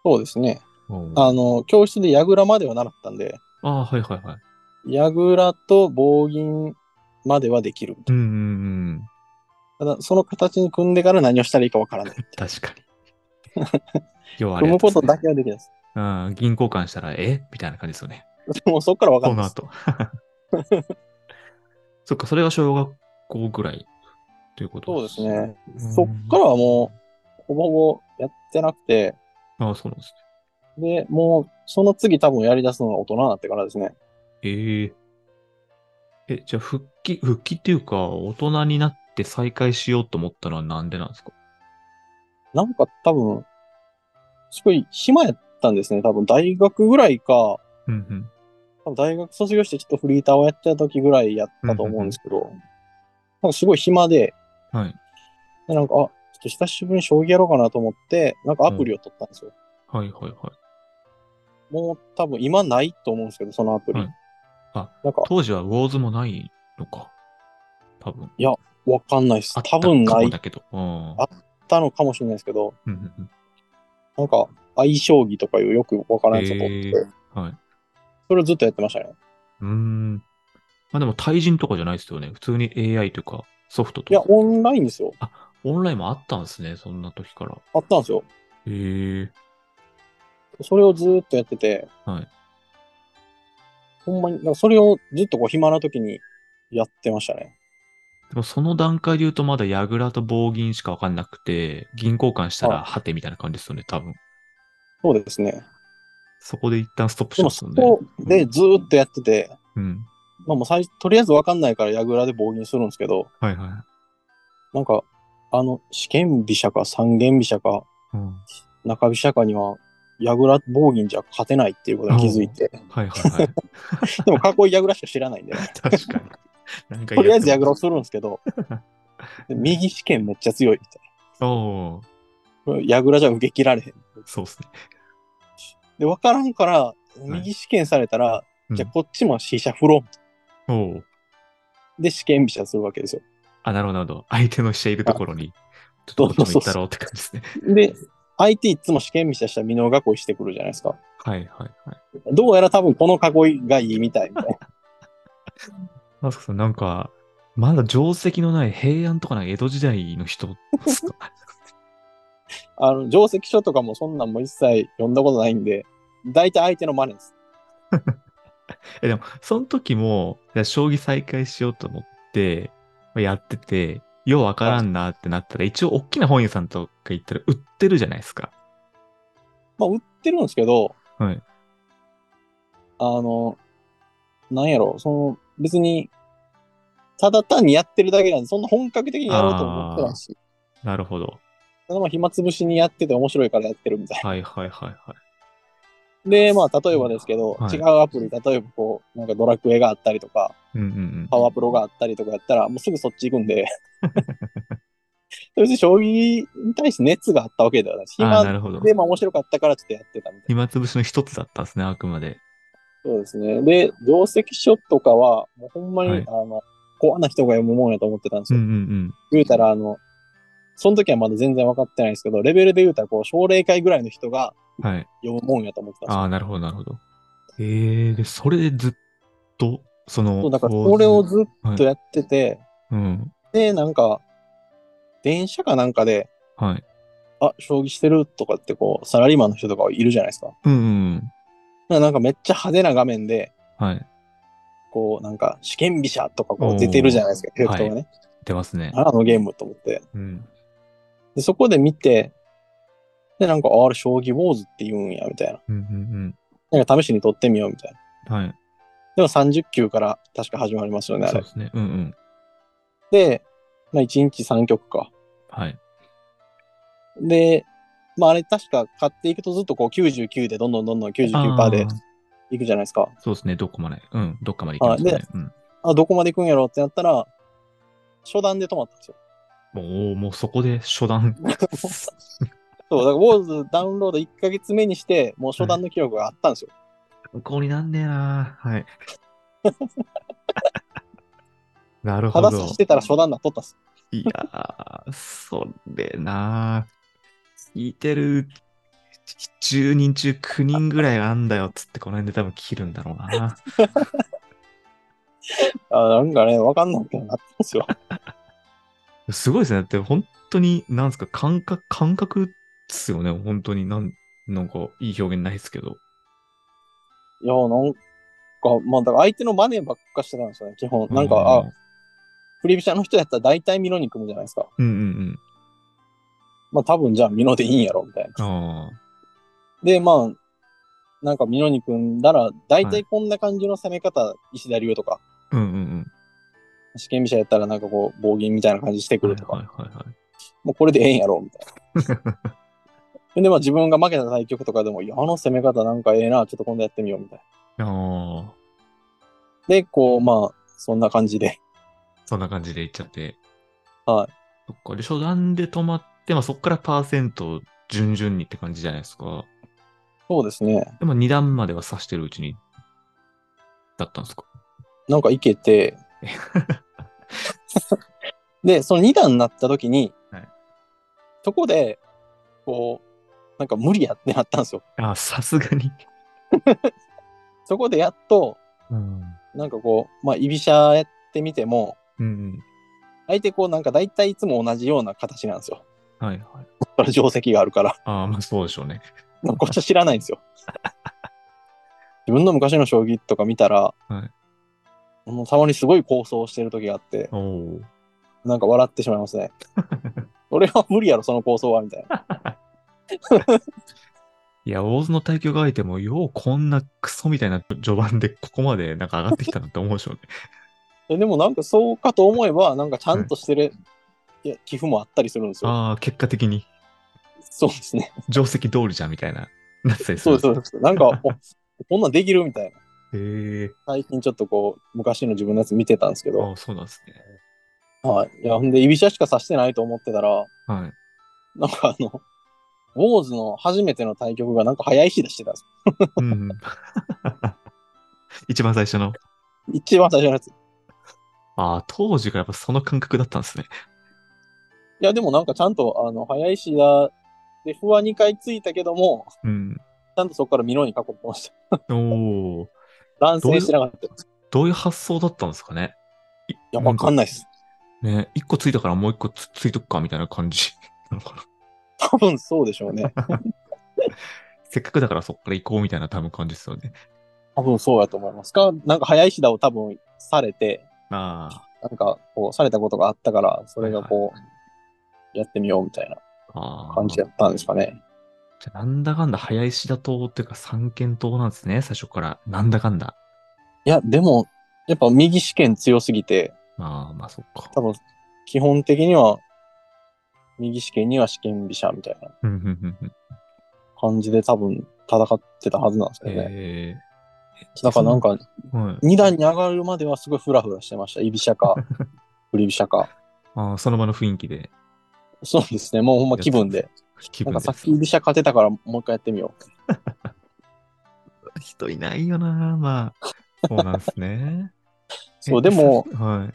[SPEAKER 2] そうですね。
[SPEAKER 1] おー
[SPEAKER 2] あの、教室で矢倉までは習ったんで、
[SPEAKER 1] あー、はいはいはい。
[SPEAKER 2] 矢倉と棒銀まではできるみ
[SPEAKER 1] う
[SPEAKER 2] たい
[SPEAKER 1] ん、うん、うん。
[SPEAKER 2] な。ただ、その形に組んでから何をしたらいいかわからない。
[SPEAKER 1] 確
[SPEAKER 2] [laughs]
[SPEAKER 1] かに。要は [laughs] あれ
[SPEAKER 2] 組
[SPEAKER 1] や
[SPEAKER 2] む
[SPEAKER 1] ったっす
[SPEAKER 2] こと
[SPEAKER 1] ね
[SPEAKER 2] だけはできないです。
[SPEAKER 1] うん、銀交換したら、えみたいな感じですよね。
[SPEAKER 2] もうそこからわか
[SPEAKER 1] こ
[SPEAKER 2] んな
[SPEAKER 1] の
[SPEAKER 2] いです。
[SPEAKER 1] 後。 [laughs] そっか、それが小学校ぐらいということ
[SPEAKER 2] そうですね。
[SPEAKER 1] うん
[SPEAKER 2] そっからはもう、ほぼほぼやってなくて、
[SPEAKER 1] ああ、そうなんです
[SPEAKER 2] で、もう、その次多分やり出すのが大人になってからですね。
[SPEAKER 1] ね。えええ、じゃあ、復帰、復帰っていうか、大人になって再会しようと思ったのはなんでなんですか
[SPEAKER 2] なんか多分、すごい暇やったんですね。多分大学ぐらいか、
[SPEAKER 1] うん、うん。
[SPEAKER 2] 多分大学卒業してちょっとフリーターをやってた時ぐらいやったと思うんですけど、なんかすごい暇で、
[SPEAKER 1] はい。
[SPEAKER 2] で、なんか、あ、ちょっと久しぶりに将棋やろうかなと思って、なんかアプリを取ったんですよ。
[SPEAKER 1] はい、はい、はい。
[SPEAKER 2] もう多分今ないと思うんですけど、そのアプリ。
[SPEAKER 1] はいあ
[SPEAKER 2] なんか、
[SPEAKER 1] 当時はウォーズもないのか。多分。
[SPEAKER 2] わかんないです。
[SPEAKER 1] あった
[SPEAKER 2] 多分
[SPEAKER 1] 過
[SPEAKER 2] な
[SPEAKER 1] 去
[SPEAKER 2] い
[SPEAKER 1] だけど。うん
[SPEAKER 2] あったのかもしれないですけど、
[SPEAKER 1] うんうん
[SPEAKER 2] なんか、相将棋とかいうよくわからないやつを取って
[SPEAKER 1] へ、うんはい。
[SPEAKER 2] それをずっとやってましたね。
[SPEAKER 1] うーん。まあでも対人とかじゃないですよね。普通に AI というかソフト
[SPEAKER 2] いや
[SPEAKER 1] と、か。
[SPEAKER 2] オンラインですよ。
[SPEAKER 1] オンラインもあったんですね。そんな時から。
[SPEAKER 2] あったんですよ。
[SPEAKER 1] へえ。
[SPEAKER 2] それをずーっとやってて、
[SPEAKER 1] はい
[SPEAKER 2] ほんまに、なんかそれをずっとこう暇な時にやってましたね。
[SPEAKER 1] でもその段階で言うとまだ矢倉と棒銀しかわかんなくて、銀交換したら
[SPEAKER 2] は
[SPEAKER 1] ハテみたいな感じですよね。多分。
[SPEAKER 2] そうですね。
[SPEAKER 1] そこで一旦ストップし
[SPEAKER 2] で
[SPEAKER 1] ま
[SPEAKER 2] も
[SPEAKER 1] す
[SPEAKER 2] そ
[SPEAKER 1] よね。
[SPEAKER 2] こでずーっとやってて、
[SPEAKER 1] うん。
[SPEAKER 2] まあもう最初、とりあえずわかんないから矢倉で棒銀するんですけど、
[SPEAKER 1] はいは
[SPEAKER 2] なんか、あの、四間飛車か三間飛車か
[SPEAKER 1] い。うん。
[SPEAKER 2] 中飛車かには、矢倉棒銀じゃ勝てないっていうことに気づいて、
[SPEAKER 1] はいはい
[SPEAKER 2] [laughs]
[SPEAKER 1] はい。
[SPEAKER 2] でも囲い矢倉しか知らないんで、
[SPEAKER 1] 確かに。なんか
[SPEAKER 2] とりあえず矢倉
[SPEAKER 1] ろ [laughs]
[SPEAKER 2] をするんですけど、で右四間めっちゃ強いみたい
[SPEAKER 1] おー
[SPEAKER 2] 矢倉じゃ受け切られへん。
[SPEAKER 1] そうっすね。
[SPEAKER 2] で、わからんから、右試験されたら、
[SPEAKER 1] うん
[SPEAKER 2] じゃあこっちも試写振ろ
[SPEAKER 1] おー
[SPEAKER 2] う。で、試験飛車するわけですよ。
[SPEAKER 1] あ、なるほど、なるほど。相手の飛車いるところに、ちょっとどっちも行ったろうって感じですね。
[SPEAKER 2] で、相手いつも試験飛車したら美濃囲いしてくるじゃないですか。
[SPEAKER 1] はいはいはい。
[SPEAKER 2] どうやら多分この囲いがいいみたいみたいな。
[SPEAKER 1] マスクさん、なんか、まだ定石のない平安とかなんか江戸時代の人ですか
[SPEAKER 2] [laughs] あの、定石書とかもそんなんも一切読んだことないんで、大体相手の真似です。
[SPEAKER 1] え、でも、その時も、いや将棋再開しようと思って、まあやってて、ようわからんなってなったら、一応大きな本屋さんとか行ったら売ってるじゃないですか。
[SPEAKER 2] まあ、売ってるんですけど、
[SPEAKER 1] はい
[SPEAKER 2] あの、なんやろ、その、別に、ただ単にやってるだけなんで、そんな本格的にやろうと思ってないし、
[SPEAKER 1] なるほど。
[SPEAKER 2] ただまあ暇つぶしにやってて面白いからやってるみたいな。
[SPEAKER 1] はいはいはいはい。
[SPEAKER 2] で、まあ、例えばですけど、
[SPEAKER 1] はい
[SPEAKER 2] 違うアプリ、例えばこう、なんかドラクエがあったりとか、
[SPEAKER 1] うんうん
[SPEAKER 2] パワープロがあったりとかやったら、もうすぐそっち行くん
[SPEAKER 1] [laughs]
[SPEAKER 2] で、別に将棋に対して熱があったわけではないし、
[SPEAKER 1] うん。ああー、な
[SPEAKER 2] 暇
[SPEAKER 1] るほど。
[SPEAKER 2] で、まあ面白かったからちょっとやってたみたいな。
[SPEAKER 1] 暇つぶしの一つだったんですね、あくまで。
[SPEAKER 2] そうですね。で、定石書とかは、もうほんまに、
[SPEAKER 1] はい
[SPEAKER 2] あの、コアな人が読むもんやと思ってたんです
[SPEAKER 1] うん
[SPEAKER 2] よ。
[SPEAKER 1] うんうん。
[SPEAKER 2] 言うたら、あの、その時はまだ全然分かってないんですけど、レベルで言うたら、こう、奨励会ぐらいの人が
[SPEAKER 1] はい。
[SPEAKER 2] 読むもんやと思ってたんです
[SPEAKER 1] あ
[SPEAKER 2] よ。
[SPEAKER 1] あ、なるほど、なるほど。ええで、それでずっと、その、
[SPEAKER 2] そうだから、
[SPEAKER 1] 構図
[SPEAKER 2] これをずっとやってて、
[SPEAKER 1] うん。
[SPEAKER 2] で、なんか、電車かなんかで、
[SPEAKER 1] はい。
[SPEAKER 2] あ、将棋してるとかって、こう、サラリーマンの人とかいるじゃないですか。だか
[SPEAKER 1] うんうんうん。
[SPEAKER 2] らなんかめっちゃ派手な画面で、
[SPEAKER 1] はい。
[SPEAKER 2] こう、なんか、試験飛車とかこう出てるじゃないですか、エフェクトがね。
[SPEAKER 1] 出ますね。
[SPEAKER 2] あのゲームと思って。
[SPEAKER 1] うん。
[SPEAKER 2] で、そこで見て、で、なんか、ああれ、将棋ウォーズって言うんや、みたいな。
[SPEAKER 1] うんうん
[SPEAKER 2] なんか、試しに取ってみよう、みたいな。
[SPEAKER 1] うん。はい。
[SPEAKER 2] でも、30級から確か始まりますよね、あ
[SPEAKER 1] そう
[SPEAKER 2] れ
[SPEAKER 1] で。すね。うんうん。
[SPEAKER 2] で、まあ、1日3局か。
[SPEAKER 1] はい。
[SPEAKER 2] で、まあ、あれ、確か買っていくとずっとこう、99で、どんどんどんどん99%で
[SPEAKER 1] あー
[SPEAKER 2] いくじゃないですか。
[SPEAKER 1] そうですね。どこまで。うん。どっかまで行きますね。うん。
[SPEAKER 2] あどこまでいくんやろってなったら、初段で止まったんですよ。
[SPEAKER 1] もう、もうそこで初
[SPEAKER 2] [laughs]
[SPEAKER 1] 段。
[SPEAKER 2] そう、だから、ウォーズダウンロード1ヶ月目にして、もう初段の記録があったんですよ。
[SPEAKER 1] 向こうになんねえなはい。 [laughs] なる
[SPEAKER 2] た
[SPEAKER 1] ほ
[SPEAKER 2] だ
[SPEAKER 1] ど。
[SPEAKER 2] 指してたら初段なっとったっす。
[SPEAKER 1] いやー、それなー、聞いてる10人中9人ぐらいあんだよっつって、この辺で多分切るんだろうな。
[SPEAKER 2] あなんかね、わかんないけどなったんですよ。
[SPEAKER 1] すごいですね。だって本当に、なんですか、感覚、感覚っすよね。本当に、なん、なんかいい表現ないですけど。
[SPEAKER 2] いや、なんか、まあ、だから相手のマネーばっかしてたんですよね、基本。なんか、
[SPEAKER 1] う
[SPEAKER 2] あ、振り飛車の人やったら大体ミノに組むじゃないですか。
[SPEAKER 1] うんうん
[SPEAKER 2] まあ、多分じゃあミノでいいんやろ、みたいな。
[SPEAKER 1] うん。あ
[SPEAKER 2] で、まあ、なんかミノに組んだら、大体こんな感じの攻め方、石田流とか、
[SPEAKER 1] あ。うんうん
[SPEAKER 2] 試験飛車やったらなんかこう、棒銀みたいな感じして
[SPEAKER 1] う
[SPEAKER 2] く
[SPEAKER 1] ん。はい
[SPEAKER 2] るとか、
[SPEAKER 1] はいはいはい。
[SPEAKER 2] もうこれでええんやろ、みたいな。で、まあ自分が負けた対局とかでも、いや、あの攻め方なんかええな、ちょっと今度やってみよう、みたいな。
[SPEAKER 1] [laughs] ああ。
[SPEAKER 2] で、こう、まあ、そんな感じで。
[SPEAKER 1] そんな感じでいっちゃって。
[SPEAKER 2] はい。
[SPEAKER 1] そっか。で、初段で止まって、まあそっからパーセントを順々にって感じじゃないですか。
[SPEAKER 2] そうですね。
[SPEAKER 1] でも二段までは指してるうちに、だったんですか。
[SPEAKER 2] なんかい
[SPEAKER 1] [laughs]
[SPEAKER 2] けて、で、その2段になった時に、
[SPEAKER 1] はい
[SPEAKER 2] そこで、こう、なんか無理やってなったんですよ。
[SPEAKER 1] あ、さすがに。
[SPEAKER 2] そこでやっと、
[SPEAKER 1] うん。
[SPEAKER 2] なんかこう、まあ、居飛車やってみても、
[SPEAKER 1] うん
[SPEAKER 2] 相手こう、なんか大体いつも同じような形なんですよ。
[SPEAKER 1] うん。はいはい。
[SPEAKER 2] これ定石があるから、
[SPEAKER 1] ああ、まあそうでしょうね。
[SPEAKER 2] なんかこっちは知らないん
[SPEAKER 1] [laughs]
[SPEAKER 2] ですよ。自分の昔の将棋とか見たら、
[SPEAKER 1] は
[SPEAKER 2] もうたまにすごい構想してる時があって、
[SPEAKER 1] おお。
[SPEAKER 2] なんか笑ってしまいますね。俺は無理やろ、その構想は、みたいな。
[SPEAKER 1] [laughs] いや、大津の対局相手も、ようこんなクソみたいな序盤でここまでなんか上がってきたなって思うでしょうね。
[SPEAKER 2] [laughs] えでもなんかそうかと思えば、なんかちゃんとしてる、いや寄付もあったりするんですよ。
[SPEAKER 1] ああ、結果的に
[SPEAKER 2] そうですね。
[SPEAKER 1] 定石通りじゃんみたいな、なってたりす
[SPEAKER 2] そう
[SPEAKER 1] る。
[SPEAKER 2] です、そうです。なんか、おこんなんできるみたい
[SPEAKER 1] へ
[SPEAKER 2] な。
[SPEAKER 1] え
[SPEAKER 2] 最近ちょっとこう、昔の自分のやつ見てたんですけ
[SPEAKER 1] ー。あ
[SPEAKER 2] ど、
[SPEAKER 1] あ、そうなんですね。
[SPEAKER 2] はい。いや、ほんで、居飛車しか指してないと思ってたら、
[SPEAKER 1] はい。
[SPEAKER 2] なんかあの、ウォーズの初めての対局がなんか早い日出してたんです
[SPEAKER 1] うんうん。 [laughs] 一番最初の。
[SPEAKER 2] 一番最初のやつ。い
[SPEAKER 1] ああ、当時がやっぱその感覚だったんですね。
[SPEAKER 2] や、でもなんかちゃんと、あの、早い日だ。で、不破2回ついたけども、
[SPEAKER 1] うん。
[SPEAKER 2] ちゃんとそこからミロに囲ってました。
[SPEAKER 1] おお。
[SPEAKER 2] 乱戦してなかった。い
[SPEAKER 1] どういう発想だったんですかね。
[SPEAKER 2] や、わかんないです。
[SPEAKER 1] ね、一個ついたからもう一個つついとくかみたいな感じ [laughs] なのかな。
[SPEAKER 2] 多分そうでしょうね。
[SPEAKER 1] せっかくだからそっから行こうみたいな多分感じですよね。
[SPEAKER 2] 多分そうやと思いますか。なんか早い日だを多分されて、
[SPEAKER 1] ああ。
[SPEAKER 2] なんかこう、されたことがあったから、それがこう、やってみようみたいな
[SPEAKER 1] ああ
[SPEAKER 2] 感じだったんですかね。
[SPEAKER 1] じゃあなんだかんだ、早石田党っていうか三権党なんですね、最初から。なんだかんだ。
[SPEAKER 2] いや、でも、やっぱ右試験強すぎて、
[SPEAKER 1] まあまあ、そっか。
[SPEAKER 2] 多分、基本的には、右試験には試験飛車みたいな
[SPEAKER 1] うんうんうんうん
[SPEAKER 2] 感じで多分戦ってたはずなんですよね。
[SPEAKER 1] えー
[SPEAKER 2] だからなん、か、
[SPEAKER 1] そのはい
[SPEAKER 2] 二段に上がるまではすごいフラフラしてました。居飛車か、振り飛車か。
[SPEAKER 1] あーその場の雰囲気で。
[SPEAKER 2] そうですね。もうほんま気分で。
[SPEAKER 1] 気
[SPEAKER 2] な
[SPEAKER 1] 分
[SPEAKER 2] ん
[SPEAKER 1] で
[SPEAKER 2] かさっき居飛車勝てたからもう一回やってみよう。
[SPEAKER 1] 人いないよな、ま
[SPEAKER 2] [laughs]
[SPEAKER 1] あ。そうなんですね。
[SPEAKER 2] そう、
[SPEAKER 1] え
[SPEAKER 2] でも、、
[SPEAKER 1] さはい。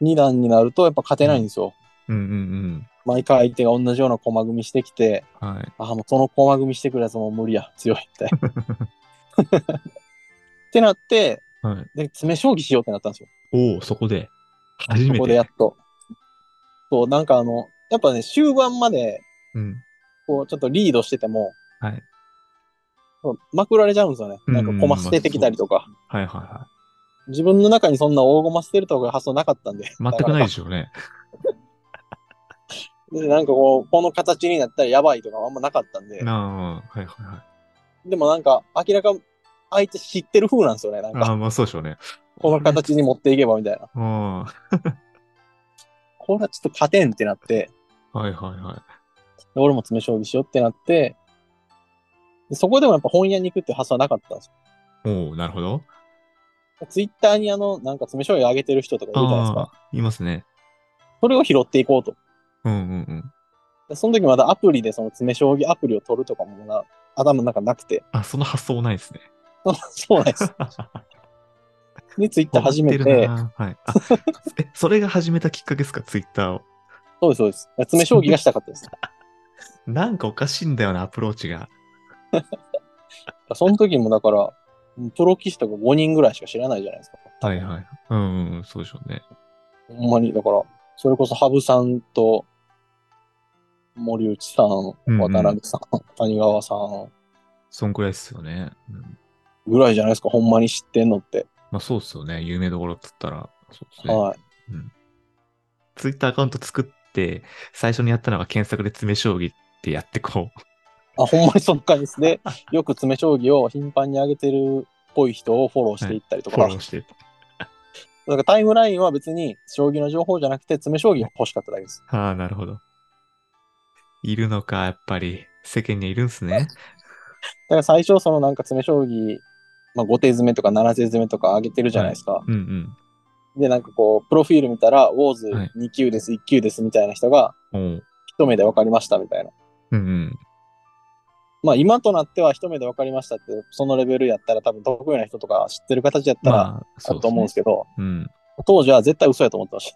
[SPEAKER 2] 二段になるとやっぱ勝てないんですよ。
[SPEAKER 1] うんうん
[SPEAKER 2] 毎回相手が同じような駒組みしてきて、
[SPEAKER 1] うん。はい。
[SPEAKER 2] ああ、もうその駒組みしてくるやつもう無理や、強い
[SPEAKER 1] [laughs]
[SPEAKER 2] みたいな。ってなって、
[SPEAKER 1] はい、
[SPEAKER 2] で、詰め将棋しようってなったんですよ。
[SPEAKER 1] おお、そこで。初めて。
[SPEAKER 2] そこでやっと。そう、なんかあの、やっぱね、終盤まで、
[SPEAKER 1] うん。
[SPEAKER 2] こう、ちょっとリードしてても、
[SPEAKER 1] はい。
[SPEAKER 2] そうまくられちゃうんですよね。なんか
[SPEAKER 1] うんま
[SPEAKER 2] 駒
[SPEAKER 1] あ
[SPEAKER 2] 捨ててきたりとか。
[SPEAKER 1] はいはいは
[SPEAKER 2] 自分の中にそんな大駒捨てるとか発想なかったんで。
[SPEAKER 1] い。全くないで
[SPEAKER 2] し
[SPEAKER 1] しょうね。
[SPEAKER 2] ょ。でなんかこう、この形になったらやばいとかあんまなかったんで。
[SPEAKER 1] なあ、はいはいはい。
[SPEAKER 2] でもなんか、明らか、相手知ってる風なんですよね。なん
[SPEAKER 1] あ
[SPEAKER 2] か、
[SPEAKER 1] あ、まあそうでしょうね。
[SPEAKER 2] この形に持っていけばみたいな。
[SPEAKER 1] うん。はい
[SPEAKER 2] これはちょっと勝てんってなって、
[SPEAKER 1] はいはい。
[SPEAKER 2] で俺も詰め将棋しようってなって、でそこでもやっぱ本屋に行くって発想はなかったんです
[SPEAKER 1] おおなるほど。
[SPEAKER 2] よ。ツイッターにあの、なんか詰め将棋上げてる人とかいるじゃないです
[SPEAKER 1] あ
[SPEAKER 2] か。
[SPEAKER 1] あー、いますね。
[SPEAKER 2] それを拾っていこうと。
[SPEAKER 1] うんうんうん。
[SPEAKER 2] でその時まだアプリでその詰め将棋アプリを取るとかもまだ頭の中なくて。 [laughs]
[SPEAKER 1] あ、その発想ないですね。
[SPEAKER 2] そうなん
[SPEAKER 1] [laughs]
[SPEAKER 2] です。で、ツイッター始めて、
[SPEAKER 1] 思っなはい。あえ、それが始めたきっかけですか、ツイッターを。
[SPEAKER 2] そうです、そうです。詰め将棋がしたかったです。
[SPEAKER 1] なんかおかしいんだよな、アプローチが。
[SPEAKER 2] その時もだから、プロ棋士とか5人ぐらいしか知らないじゃないですか。
[SPEAKER 1] はいはい。うんうんうん、そうでしょうね。
[SPEAKER 2] ほんまに、だから、それこそ羽生さんと、森内さん、
[SPEAKER 1] ん
[SPEAKER 2] 渡辺さん、谷川さん
[SPEAKER 1] そんくらいですよね。うん
[SPEAKER 2] ぐらいじゃないですか、ほんまに知ってんのって。
[SPEAKER 1] まあそうっすよね。有名どころっつったら、そうですね。
[SPEAKER 2] はい。
[SPEAKER 1] ツイッターアカウント作って、最初にやったのが検索で詰め将棋ってやってこう。
[SPEAKER 2] あ、ほんまにそんな感じです
[SPEAKER 1] [laughs]
[SPEAKER 2] ね。よく詰め将棋を頻繁に上げてるっぽい人をフォローしていったりと
[SPEAKER 1] フ
[SPEAKER 2] か、
[SPEAKER 1] ォローして。
[SPEAKER 2] だからタイムラインは別に将棋の情報じゃなくて、詰め将棋が欲しかっただけです。
[SPEAKER 1] ああ、なるほど。いるのか、やっぱり。世間にいるんすね。
[SPEAKER 2] だから最初、そのなんか詰め将棋、まあ、5手詰めとか7手詰めとか上げてるじゃないですか。
[SPEAKER 1] うんうん。
[SPEAKER 2] で、なんかこう、プロフィール見たら、ウォーズ
[SPEAKER 1] はい
[SPEAKER 2] 2級です、1級ですみたいな人が、
[SPEAKER 1] おう
[SPEAKER 2] 一目で分かりましたみたいな。
[SPEAKER 1] うんうん。
[SPEAKER 2] まあ今となっては一目で分かりましたって、そのレベルやったら多分得意な人とか知ってる形やったら、
[SPEAKER 1] まあ、
[SPEAKER 2] あ
[SPEAKER 1] そう
[SPEAKER 2] る
[SPEAKER 1] っ
[SPEAKER 2] と
[SPEAKER 1] す
[SPEAKER 2] 思うん
[SPEAKER 1] ね
[SPEAKER 2] ですけど、
[SPEAKER 1] うん。
[SPEAKER 2] 当時は絶対嘘やと思ってまし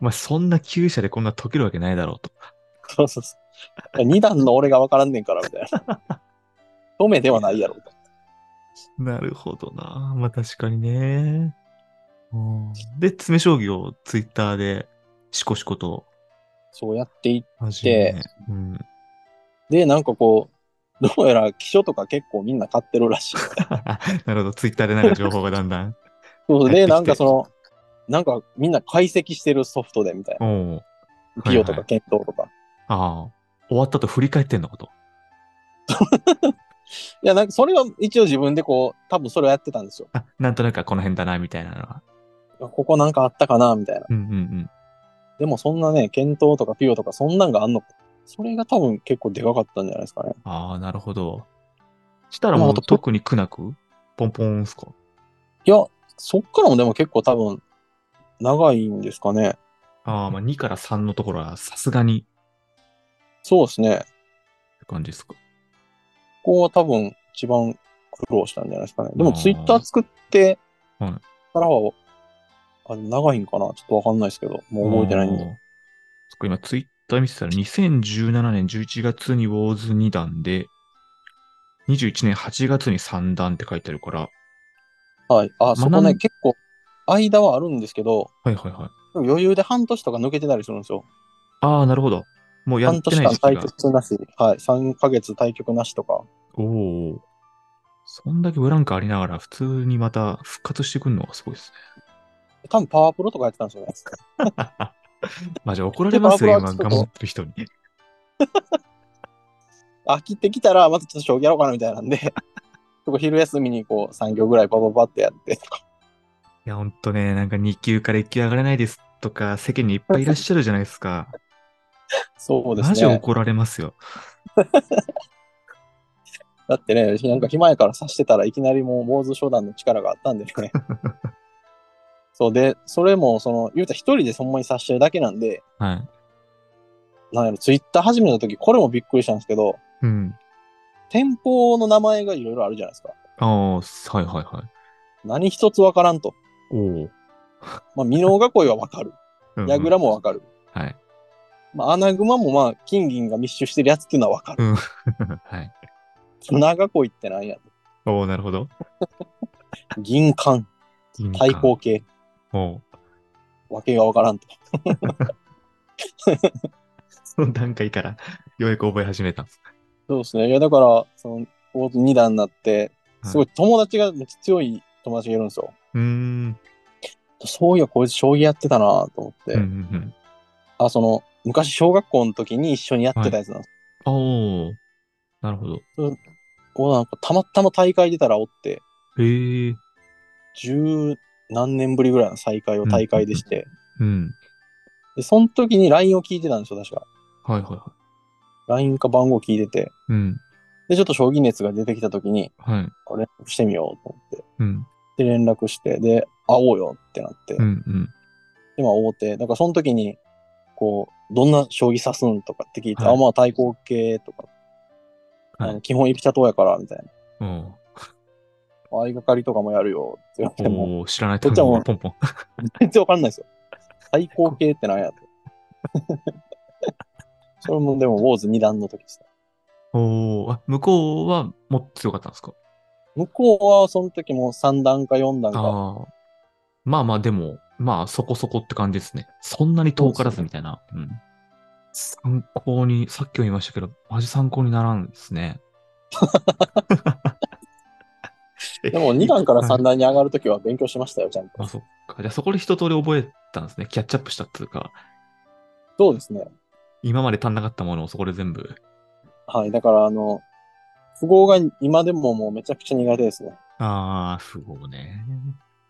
[SPEAKER 1] お前そんな旧車でこんな解けるわけないだろうと。
[SPEAKER 2] た。そうそうそう。 [laughs] 二段の俺が分からんねんからみたいな。一目ではないやろ。
[SPEAKER 1] なるほどな。まあ確かにね。うんで、詰め将棋をツイッターでしこしこと
[SPEAKER 2] そうやっていっ
[SPEAKER 1] 始め、うん、 [laughs]
[SPEAKER 2] て、なんかこう、どうやら気象とか結構みんな買ってる
[SPEAKER 1] [laughs]
[SPEAKER 2] らしい。
[SPEAKER 1] なるほど、ツイッターでなんか情報がだんだん。
[SPEAKER 2] そう
[SPEAKER 1] やってきて
[SPEAKER 2] で、なんかその、なんかみんな解析してるソフトでみたいな。
[SPEAKER 1] おうはいはい
[SPEAKER 2] ピオとか検討とか。
[SPEAKER 1] ああ、終わったと振り返ってんのこと。
[SPEAKER 2] いや、なんかそれは一応自分でこう、多分それをやってたんですよ。
[SPEAKER 1] あ、なんとなくこの辺だな、みたいなのは。
[SPEAKER 2] ここなんかあったかなみたいな。
[SPEAKER 1] うんうんうん。
[SPEAKER 2] でもそんなね、検討とかピオとかそんなんがあんのか。それが多分結構でかかったんじゃないですかね。
[SPEAKER 1] ああ、なるほど。したらもう特に苦なく、ポンポンっすか。
[SPEAKER 2] いや、そっからもでも結構多分長いんですかね。
[SPEAKER 1] ああ、まあ2から3のところはさすがに
[SPEAKER 2] そうですね。
[SPEAKER 1] 感じですか。
[SPEAKER 2] ここは多分一番苦労したんじゃないですかね。でも
[SPEAKER 1] あー
[SPEAKER 2] ツイッター作って
[SPEAKER 1] はい
[SPEAKER 2] からは、あれ長いんかなちょっとわかんないですけど、もう覚えてないん
[SPEAKER 1] あー
[SPEAKER 2] で。
[SPEAKER 1] そっか今ツイッター見てたら2017年11月にウォーズ2段で、21年8月に3段って書いてあるから、
[SPEAKER 2] はい。あ、そこ
[SPEAKER 1] 学
[SPEAKER 2] ね、
[SPEAKER 1] ん
[SPEAKER 2] 結構間はあるんですけど、
[SPEAKER 1] はいはいはい。
[SPEAKER 2] 余裕で半年とか抜けてたりするんですよ。
[SPEAKER 1] ああ、なるほど。もうや
[SPEAKER 2] 半
[SPEAKER 1] って
[SPEAKER 2] 年
[SPEAKER 1] ない
[SPEAKER 2] 間
[SPEAKER 1] 時期
[SPEAKER 2] 対
[SPEAKER 1] が。
[SPEAKER 2] 局なし、はい。3ヶ月対局なしとか。
[SPEAKER 1] おお。そんだけブランクありながら、普通にまた復活してくるのがすごいです
[SPEAKER 2] 多分パワープロとかやってたんですよね。
[SPEAKER 1] ね。まあじゃあ怒られますよ、
[SPEAKER 2] でも
[SPEAKER 1] 今
[SPEAKER 2] 油はち
[SPEAKER 1] 頑
[SPEAKER 2] ょっと
[SPEAKER 1] 張ってる人に。
[SPEAKER 2] 飽きてきたら、またちょっと将棋やろうかなみたいなんで、 [laughs] そこ昼休みにこう3行ぐらいパパパってやってとか。
[SPEAKER 1] いや、ほんとね、なんか2級から1級上がれないですとか、世間にいっぱいいらっしゃるじゃないですか。
[SPEAKER 2] そうです
[SPEAKER 1] マジ
[SPEAKER 2] ね。
[SPEAKER 1] 怒られますよ。
[SPEAKER 2] だってね、なんか暇やから指してたらいきなりもう坊主初段の力があったんで
[SPEAKER 1] [laughs]
[SPEAKER 2] すね。そうで、それもその、言うたら一人でそんなに指してるだけなんで、
[SPEAKER 1] はい。
[SPEAKER 2] なんやろ、ツイッター始めた時、これもびっくりしたんですけど、
[SPEAKER 1] うん。
[SPEAKER 2] 店舗の名前がいろいろあるじゃないですか。
[SPEAKER 1] ああ、はいはいはい。
[SPEAKER 2] 何一つわからんと。
[SPEAKER 1] おお。
[SPEAKER 2] まあ、美濃囲いはわかる。
[SPEAKER 1] うん
[SPEAKER 2] 矢倉もわかる。 [laughs]
[SPEAKER 1] はい。
[SPEAKER 2] まあ、穴熊もまあ、金銀が密集してるやつっていうのはわかる。
[SPEAKER 1] はい。
[SPEAKER 2] 船囲いってなんや
[SPEAKER 1] おおなるほど。
[SPEAKER 2] 銀冠、
[SPEAKER 1] 銀
[SPEAKER 2] 対抗系、
[SPEAKER 1] おう
[SPEAKER 2] わけがわからんと。
[SPEAKER 1] その段階から、ようやく覚え始めたんです。
[SPEAKER 2] そうですね。いや、だから、その、大津二段になって、すごい友達がめっちゃ強い友達がいるんですよ。
[SPEAKER 1] うーん。
[SPEAKER 2] そういや、こいつ将棋やってたなと思って、
[SPEAKER 1] うんうんうん。
[SPEAKER 2] あ、その、昔小学校の時に一緒にやってたやつなんです。
[SPEAKER 1] おおなるほど。
[SPEAKER 2] こうなんか、たまたま大会出たらおって、
[SPEAKER 1] へえ。
[SPEAKER 2] 十何年ぶりぐらいの再会を大会でして、
[SPEAKER 1] うん。
[SPEAKER 2] で、その時に LINE を聞いてたんですよ、確か。
[SPEAKER 1] はいはいは
[SPEAKER 2] LINE か番号聞いてて、
[SPEAKER 1] い。うん。
[SPEAKER 2] で、ちょっと将棋熱が出てきた時に、
[SPEAKER 1] はい。
[SPEAKER 2] これ連絡してみようと思って。
[SPEAKER 1] うん。
[SPEAKER 2] で、連絡して、で、会おうよってなって、
[SPEAKER 1] うんうん。
[SPEAKER 2] で、まあ、会うて、だからその時に、こう、どんな将棋指すんとかって聞いて、
[SPEAKER 1] はい
[SPEAKER 2] あ、まあ、対抗系とか、
[SPEAKER 1] はい
[SPEAKER 2] あの基本、居飛車党やから、みたいな。
[SPEAKER 1] お
[SPEAKER 2] 相掛かりとかもやるよって言われても、
[SPEAKER 1] おお知らない
[SPEAKER 2] こ
[SPEAKER 1] 単
[SPEAKER 2] っちは
[SPEAKER 1] 語
[SPEAKER 2] も
[SPEAKER 1] が
[SPEAKER 2] う
[SPEAKER 1] ポンポン。
[SPEAKER 2] 全然わかんないですよ。対抗系っ
[SPEAKER 1] [laughs]
[SPEAKER 2] てなんやと。それも、でも、ウォーズ二段の時ですね。
[SPEAKER 1] おおあ、向こうはもっと強かったんですか
[SPEAKER 2] 向こうは、その時も3段か4段か、
[SPEAKER 1] ああ。まあまあ、でも、まあ、そこそこって感じですね。そんなに遠からずみたいな。うん。参考に、さっきも言いましたけど、マジ参考にならんですね。え
[SPEAKER 2] でも2段から3段に上がる時は勉強しましたよ、ちゃんと
[SPEAKER 1] あ、。そっか。じゃあそこで一通り覚えたんですね。キャッチアップしたっていうか、
[SPEAKER 2] そうですね。
[SPEAKER 1] 今まで足んなかったものをそこで全部。
[SPEAKER 2] はい。だから、あの、符号が今でももうめちゃくちゃ苦手ですね。
[SPEAKER 1] ああ、すごいね。。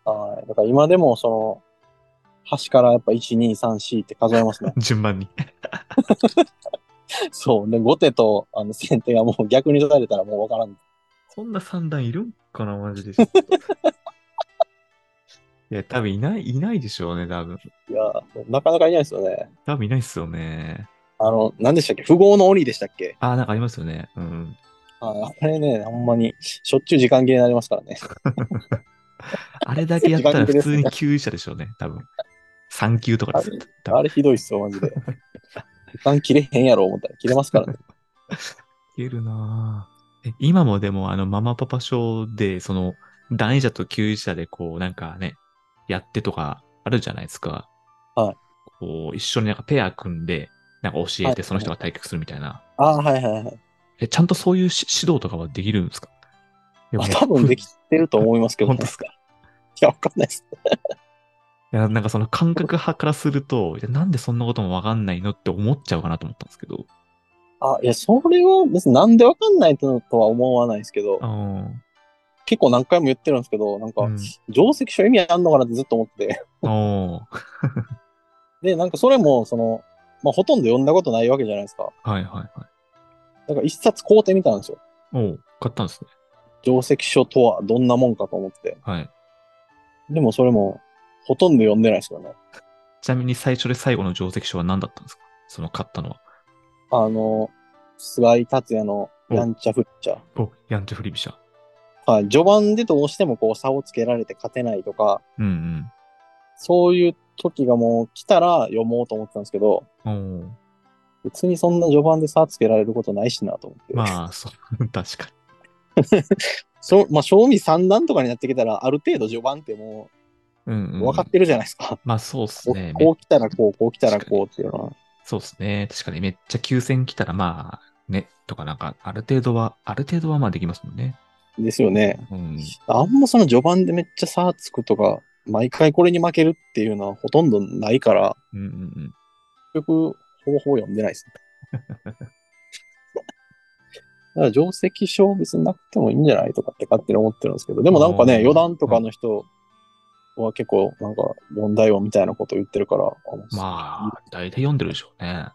[SPEAKER 2] はい。だから今でも、その、端からやっぱ1、2、3、4って数えますね
[SPEAKER 1] [laughs] 順番に。
[SPEAKER 2] そう。で、後手とあの先手がもう逆に取られたらもうわからん。
[SPEAKER 1] そんな三段いるんかな、マジで。 [laughs] いや、多分いない、いないでしょうね、多分。
[SPEAKER 2] いやー、なかなかいないですよね。
[SPEAKER 1] 多分いないっすよね。
[SPEAKER 2] あの、何でしたっけ符号の鬼でしたっけ
[SPEAKER 1] ああ、なんかありますよね。うん。
[SPEAKER 2] ああれね、ほんまに、しょっちゅう時間切れになりますからね。
[SPEAKER 1] あれだけやったら
[SPEAKER 2] 時間
[SPEAKER 1] 普
[SPEAKER 2] 切れですね
[SPEAKER 1] 通に急車でしょうね、多分。3級とかですよ。多分
[SPEAKER 2] あれひどいっすよ、
[SPEAKER 1] [laughs]
[SPEAKER 2] マジで。時間切れへんやろ、思ったら切れますからね。
[SPEAKER 1] いけるなぁえ今もでも、あの、ママパパ賞で、その、男医者と給医者で、こう、なんかね、やってとか、あるじゃないですか。
[SPEAKER 2] はい。
[SPEAKER 1] こう、一緒になんかペア組んで、なんか教
[SPEAKER 2] は
[SPEAKER 1] え
[SPEAKER 2] い
[SPEAKER 1] て、その人が対局するみたいな。
[SPEAKER 2] ああ、はいはいはい。
[SPEAKER 1] え、ちゃんとそういうし指導とかはできるんですかいや
[SPEAKER 2] まあ、多分できてると思いますけ
[SPEAKER 1] [laughs]
[SPEAKER 2] ど、
[SPEAKER 1] 本
[SPEAKER 2] ね。
[SPEAKER 1] 当ですか
[SPEAKER 2] いや、わかんないです。
[SPEAKER 1] [laughs] いや、なんかその感覚派からすると、いやなんでそんなこともわかんないのって思っちゃうかなと思ったんですけど。
[SPEAKER 2] あ、いや、それは別になんでわかんないとは思わないですけど
[SPEAKER 1] あ、ー
[SPEAKER 2] 結構何回も言ってるんですけど、なんか、
[SPEAKER 1] うん
[SPEAKER 2] 定石書意味あんのかなってずっと思ってて。
[SPEAKER 1] あ
[SPEAKER 2] で、なんかそれも、その、まあ、ほとんど読んだことないわけじゃないですか。
[SPEAKER 1] ー、はいはいはい。
[SPEAKER 2] だから一冊買うてみたんですよ。
[SPEAKER 1] おう買ったんですね。
[SPEAKER 2] 定石書とはどんなもんかと思って。
[SPEAKER 1] はい。
[SPEAKER 2] でもそれも、ほとんど読んでないですよね。
[SPEAKER 1] ちなみに最初で最後の定石書は何だったんですかその買ったのは。
[SPEAKER 2] あの、菅井達也のやんちゃフッチャー。
[SPEAKER 1] お、ヤンチャ振り飛車。
[SPEAKER 2] はい。序盤でどうしてもこう差をつけられて勝てないとか、
[SPEAKER 1] うん
[SPEAKER 2] そういう時がもう来たら読もうと思ってたんですけど、
[SPEAKER 1] うん。おー
[SPEAKER 2] 別にそんな序盤で差つけられることないしなと思って。
[SPEAKER 1] まあ、そう、 [laughs] 確か
[SPEAKER 2] そうまあ、賞味三段とかになってきたら、ある程度序盤っても
[SPEAKER 1] に。うん、うん。
[SPEAKER 2] う分かってるじゃないですか。
[SPEAKER 1] まあ、そうっすね。
[SPEAKER 2] こう来たらこう、こう来たらこうっていうのは。
[SPEAKER 1] そうですね。確かにめっちゃ急戦来たら、まあ、ね、とかなんか、ある程度は、ある程度はまあできますもんね。
[SPEAKER 2] ですよね。
[SPEAKER 1] うん。
[SPEAKER 2] あんまその序盤でめっちゃ差つくとか、毎回これに負けるっていうのはほとんどないから、
[SPEAKER 1] うんうんうん。
[SPEAKER 2] 結局、ほぼほぼ読んでないですね。 [laughs] だから定石書別になくてもいいんじゃないとかって勝手に思ってるんですけど、でもなんか
[SPEAKER 1] あ
[SPEAKER 2] ね、
[SPEAKER 1] ー
[SPEAKER 2] 余談とかの人は結構なんか読んだよみたいなこと言ってるから、
[SPEAKER 1] まあ、大体読んでるでしょうね。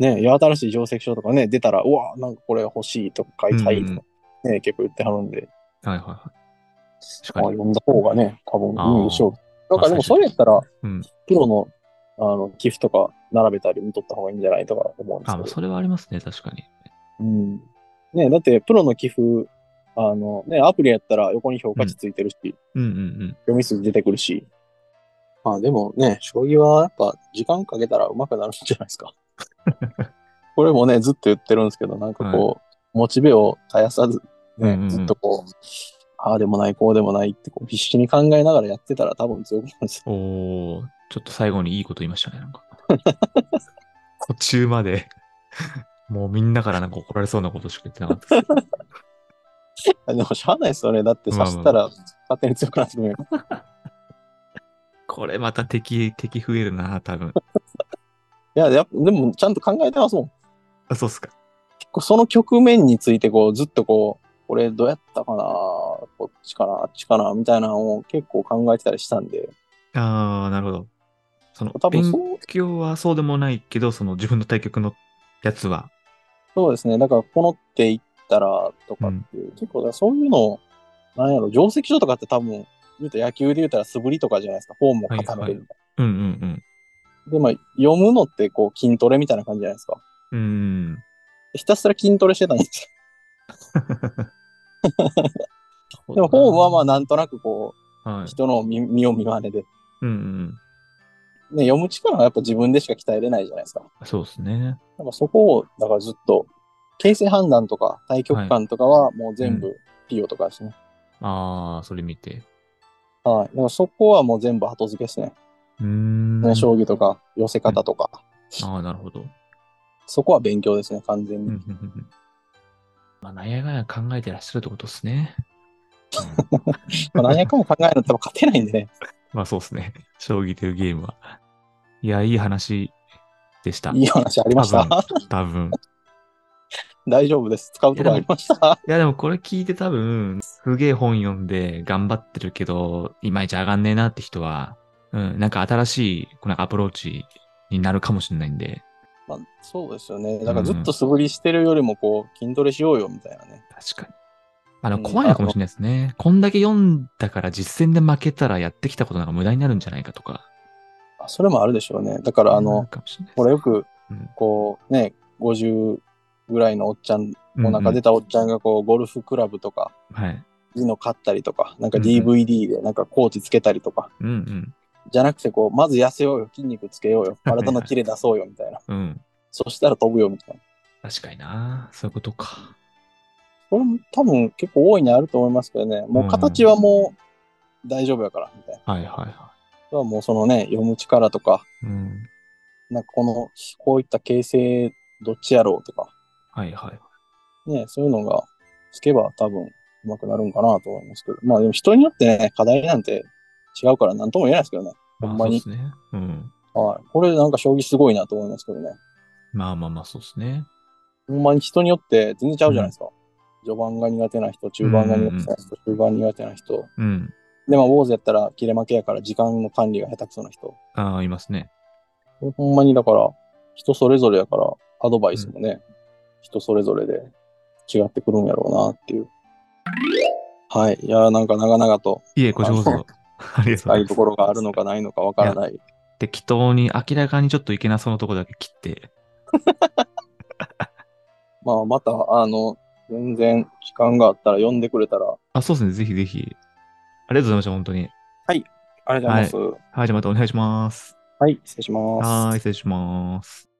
[SPEAKER 2] ね、いや新しい定石書とかね、出たら、うわ、なんかこれ欲しいとか買いたいとか、ね、結構言ってはるんで、
[SPEAKER 1] はいはいはい。確
[SPEAKER 2] ま
[SPEAKER 1] か
[SPEAKER 2] あ、
[SPEAKER 1] に。
[SPEAKER 2] 読んだ方がね、多分いいでしょう。
[SPEAKER 1] あー
[SPEAKER 2] なんかでもそれやったら、
[SPEAKER 1] うん。
[SPEAKER 2] プロのあの寄付とか並べたり見とった方がいいんじゃないとか思うんです
[SPEAKER 1] あ、
[SPEAKER 2] け
[SPEAKER 1] ま
[SPEAKER 2] ど
[SPEAKER 1] あ、。それはありますね。確かに。
[SPEAKER 2] うんね、だってプロの寄付、あの、ね、アプリやったら横に評価値ついてるし、
[SPEAKER 1] うんうん
[SPEAKER 2] 読み筋出てくるし。まあでもね、将棋はやっぱ時間かけたら上手くなるんじゃないですか。 [laughs] これもね、ずっと言ってるんですけど、なんかこう、モチベを絶やさず、ね、
[SPEAKER 1] うんうんうん
[SPEAKER 2] ずっとこう、ああでもない、こうでもないってこう必死に考えながらやってたら多分強くなるんですよ。
[SPEAKER 1] うん。おー、ちょっと最後にいいこと言いましたね。なんか。 [laughs] 途中まで。 [laughs] もうみんなからなんか怒られそうなことしか言ってなか
[SPEAKER 2] [laughs]
[SPEAKER 1] ったですけど。
[SPEAKER 2] でもしゃあないですよね。 [laughs] だって
[SPEAKER 1] まあ
[SPEAKER 2] 刺
[SPEAKER 1] まあ
[SPEAKER 2] したら勝手に強くなってくるよ。
[SPEAKER 1] これまた敵、敵増えるな、多分。
[SPEAKER 2] いや、やっぱでもちゃんと考えてますもん。
[SPEAKER 1] あ、そうっすか。
[SPEAKER 2] 結構その局面についてこうずっとこうこれどうやったかなこっちかなあっちかなみたいなのを結構考えてたりしたんで
[SPEAKER 1] あー、なるほど。その、
[SPEAKER 2] 多分
[SPEAKER 1] 勉
[SPEAKER 2] そう
[SPEAKER 1] 強はそうでもないけど、その自分の対局のやつは。
[SPEAKER 2] そうですねだからこのっていったらとかっていう、結構だからそういうのをなんやろ定石書とかって多分言うと野球で言うたら素振りとかじゃないですかフォームを固めてるみたい
[SPEAKER 1] うんうん
[SPEAKER 2] な、でまあ読むのってこう筋トレみたいな感じじゃないですか
[SPEAKER 1] うん。うん。
[SPEAKER 2] ひたすら筋トレしてたんです [laughs] よでもフォームはまあなんとなくこ
[SPEAKER 1] あ、は
[SPEAKER 2] う
[SPEAKER 1] い。
[SPEAKER 2] 人の見見よう見まねで、
[SPEAKER 1] うんうん
[SPEAKER 2] ね、読む力はやっぱ自分でしか鍛えれないじゃないですか
[SPEAKER 1] うん。そうですね。
[SPEAKER 2] なんかそこを、だからずっと、形勢判断とか、対局観とかはもう全
[SPEAKER 1] う
[SPEAKER 2] 部、ピオとかですね。
[SPEAKER 1] ああ、それ見て。
[SPEAKER 2] はい。だからそこはもう全部後付けですね。
[SPEAKER 1] うーん。
[SPEAKER 2] ね将棋とか、寄せ方とか、
[SPEAKER 1] ああ、なるほど。
[SPEAKER 2] そこは勉強ですね、完全
[SPEAKER 1] うんう
[SPEAKER 2] に。
[SPEAKER 1] んうんうんまあ、なんやかんや考えてらっしゃるってことですね。
[SPEAKER 2] まあ何やかんや考えるの多分勝てないん
[SPEAKER 1] [laughs]
[SPEAKER 2] でね。
[SPEAKER 1] まあそうですね。 [laughs] 将棋というゲームは。いや、いい話でした。
[SPEAKER 2] いい話ありました。
[SPEAKER 1] 多分。
[SPEAKER 2] [laughs] 大丈夫です。使うとこありました。
[SPEAKER 1] いや、でもこれ聞いて多分、すげえ本読んで頑張ってるけど、いまいち上がんねえなって人は、うん、なんか新しい、このアプローチになるかもしれないんで、
[SPEAKER 2] [laughs] まあ、そうですよね。だからずっと素振りしてるよりも、こう、筋トレしようよ、みたいなね。
[SPEAKER 1] 確かに。あの、
[SPEAKER 2] うん
[SPEAKER 1] 怖いのかもしれないですね。こんだけ読んだから実践で負けたらやってきたことなんか無駄になるんじゃないかとか。
[SPEAKER 2] あそれもあるでしょうね。だから、あ
[SPEAKER 1] な
[SPEAKER 2] の
[SPEAKER 1] る、かもしれないです
[SPEAKER 2] これよく
[SPEAKER 1] うん、
[SPEAKER 2] こう、ね、50ぐらいのおっちゃんお腹出たおっちゃんがこうゴルフクラブとか、
[SPEAKER 1] うんうんはい。
[SPEAKER 2] いいの買ったりとか、なんか
[SPEAKER 1] うんうん
[SPEAKER 2] DVD でなんかコーチつけたりとか、
[SPEAKER 1] うん
[SPEAKER 2] じゃなくてこう、まず痩せようよ、筋肉つけようよ、体のキレ出そうよみたいな。
[SPEAKER 1] うん。うん。
[SPEAKER 2] そしたら飛ぶよみたいな。
[SPEAKER 1] 確かにな。そういうことか。
[SPEAKER 2] これも多分結構大いにあると思いますけどね、もう形はもう大丈夫やから、みたいな。
[SPEAKER 1] はいはいは
[SPEAKER 2] あとはもうそのね、読む力とか、
[SPEAKER 1] い。うん。
[SPEAKER 2] なんかこの、こういった形勢どっちやろうとか、
[SPEAKER 1] はいはい。
[SPEAKER 2] ね、そういうのがつけば多分上手くなるんかなと思いますけど、まあでも人によってね、課題なんて違うから何とも言えないですけどね。ほんまに
[SPEAKER 1] あ、そうですね。うん。
[SPEAKER 2] はい。これなんか将棋すごいなと思いますけどね。
[SPEAKER 1] まあまあまあ、そうですね。
[SPEAKER 2] ほんまに人によって全然ちゃうじゃないですか。序盤が苦手な人、中盤が苦手な人、中盤苦手な人。
[SPEAKER 1] うん。
[SPEAKER 2] で、まあ、ウォーズやったら切れ負けやから時間の管理が下手くそな人。
[SPEAKER 1] ああ、いますね。
[SPEAKER 2] これほんまにだから、人それぞれやから、アドバイスもね、人それぞれで違ってくるんやろうなっていう。はい。いやー、なんか長々と
[SPEAKER 1] いえ、こちらこ
[SPEAKER 2] あ
[SPEAKER 1] そ。ありがとうござ
[SPEAKER 2] 深
[SPEAKER 1] い
[SPEAKER 2] い
[SPEAKER 1] ます。
[SPEAKER 2] ところがあるのかないのかわからない。
[SPEAKER 1] っ適当に明らかにちょっといけなそうなとこだけ切って、
[SPEAKER 2] まあ、また、あの、全然、時間があったら呼んでくれたら。
[SPEAKER 1] あ、そうですね、ぜひぜひ。ありがとうございました、本当に。
[SPEAKER 2] ありがとうございます。
[SPEAKER 1] はい、じゃあまたお願いします。
[SPEAKER 2] はい、失礼します。
[SPEAKER 1] はい、失礼します。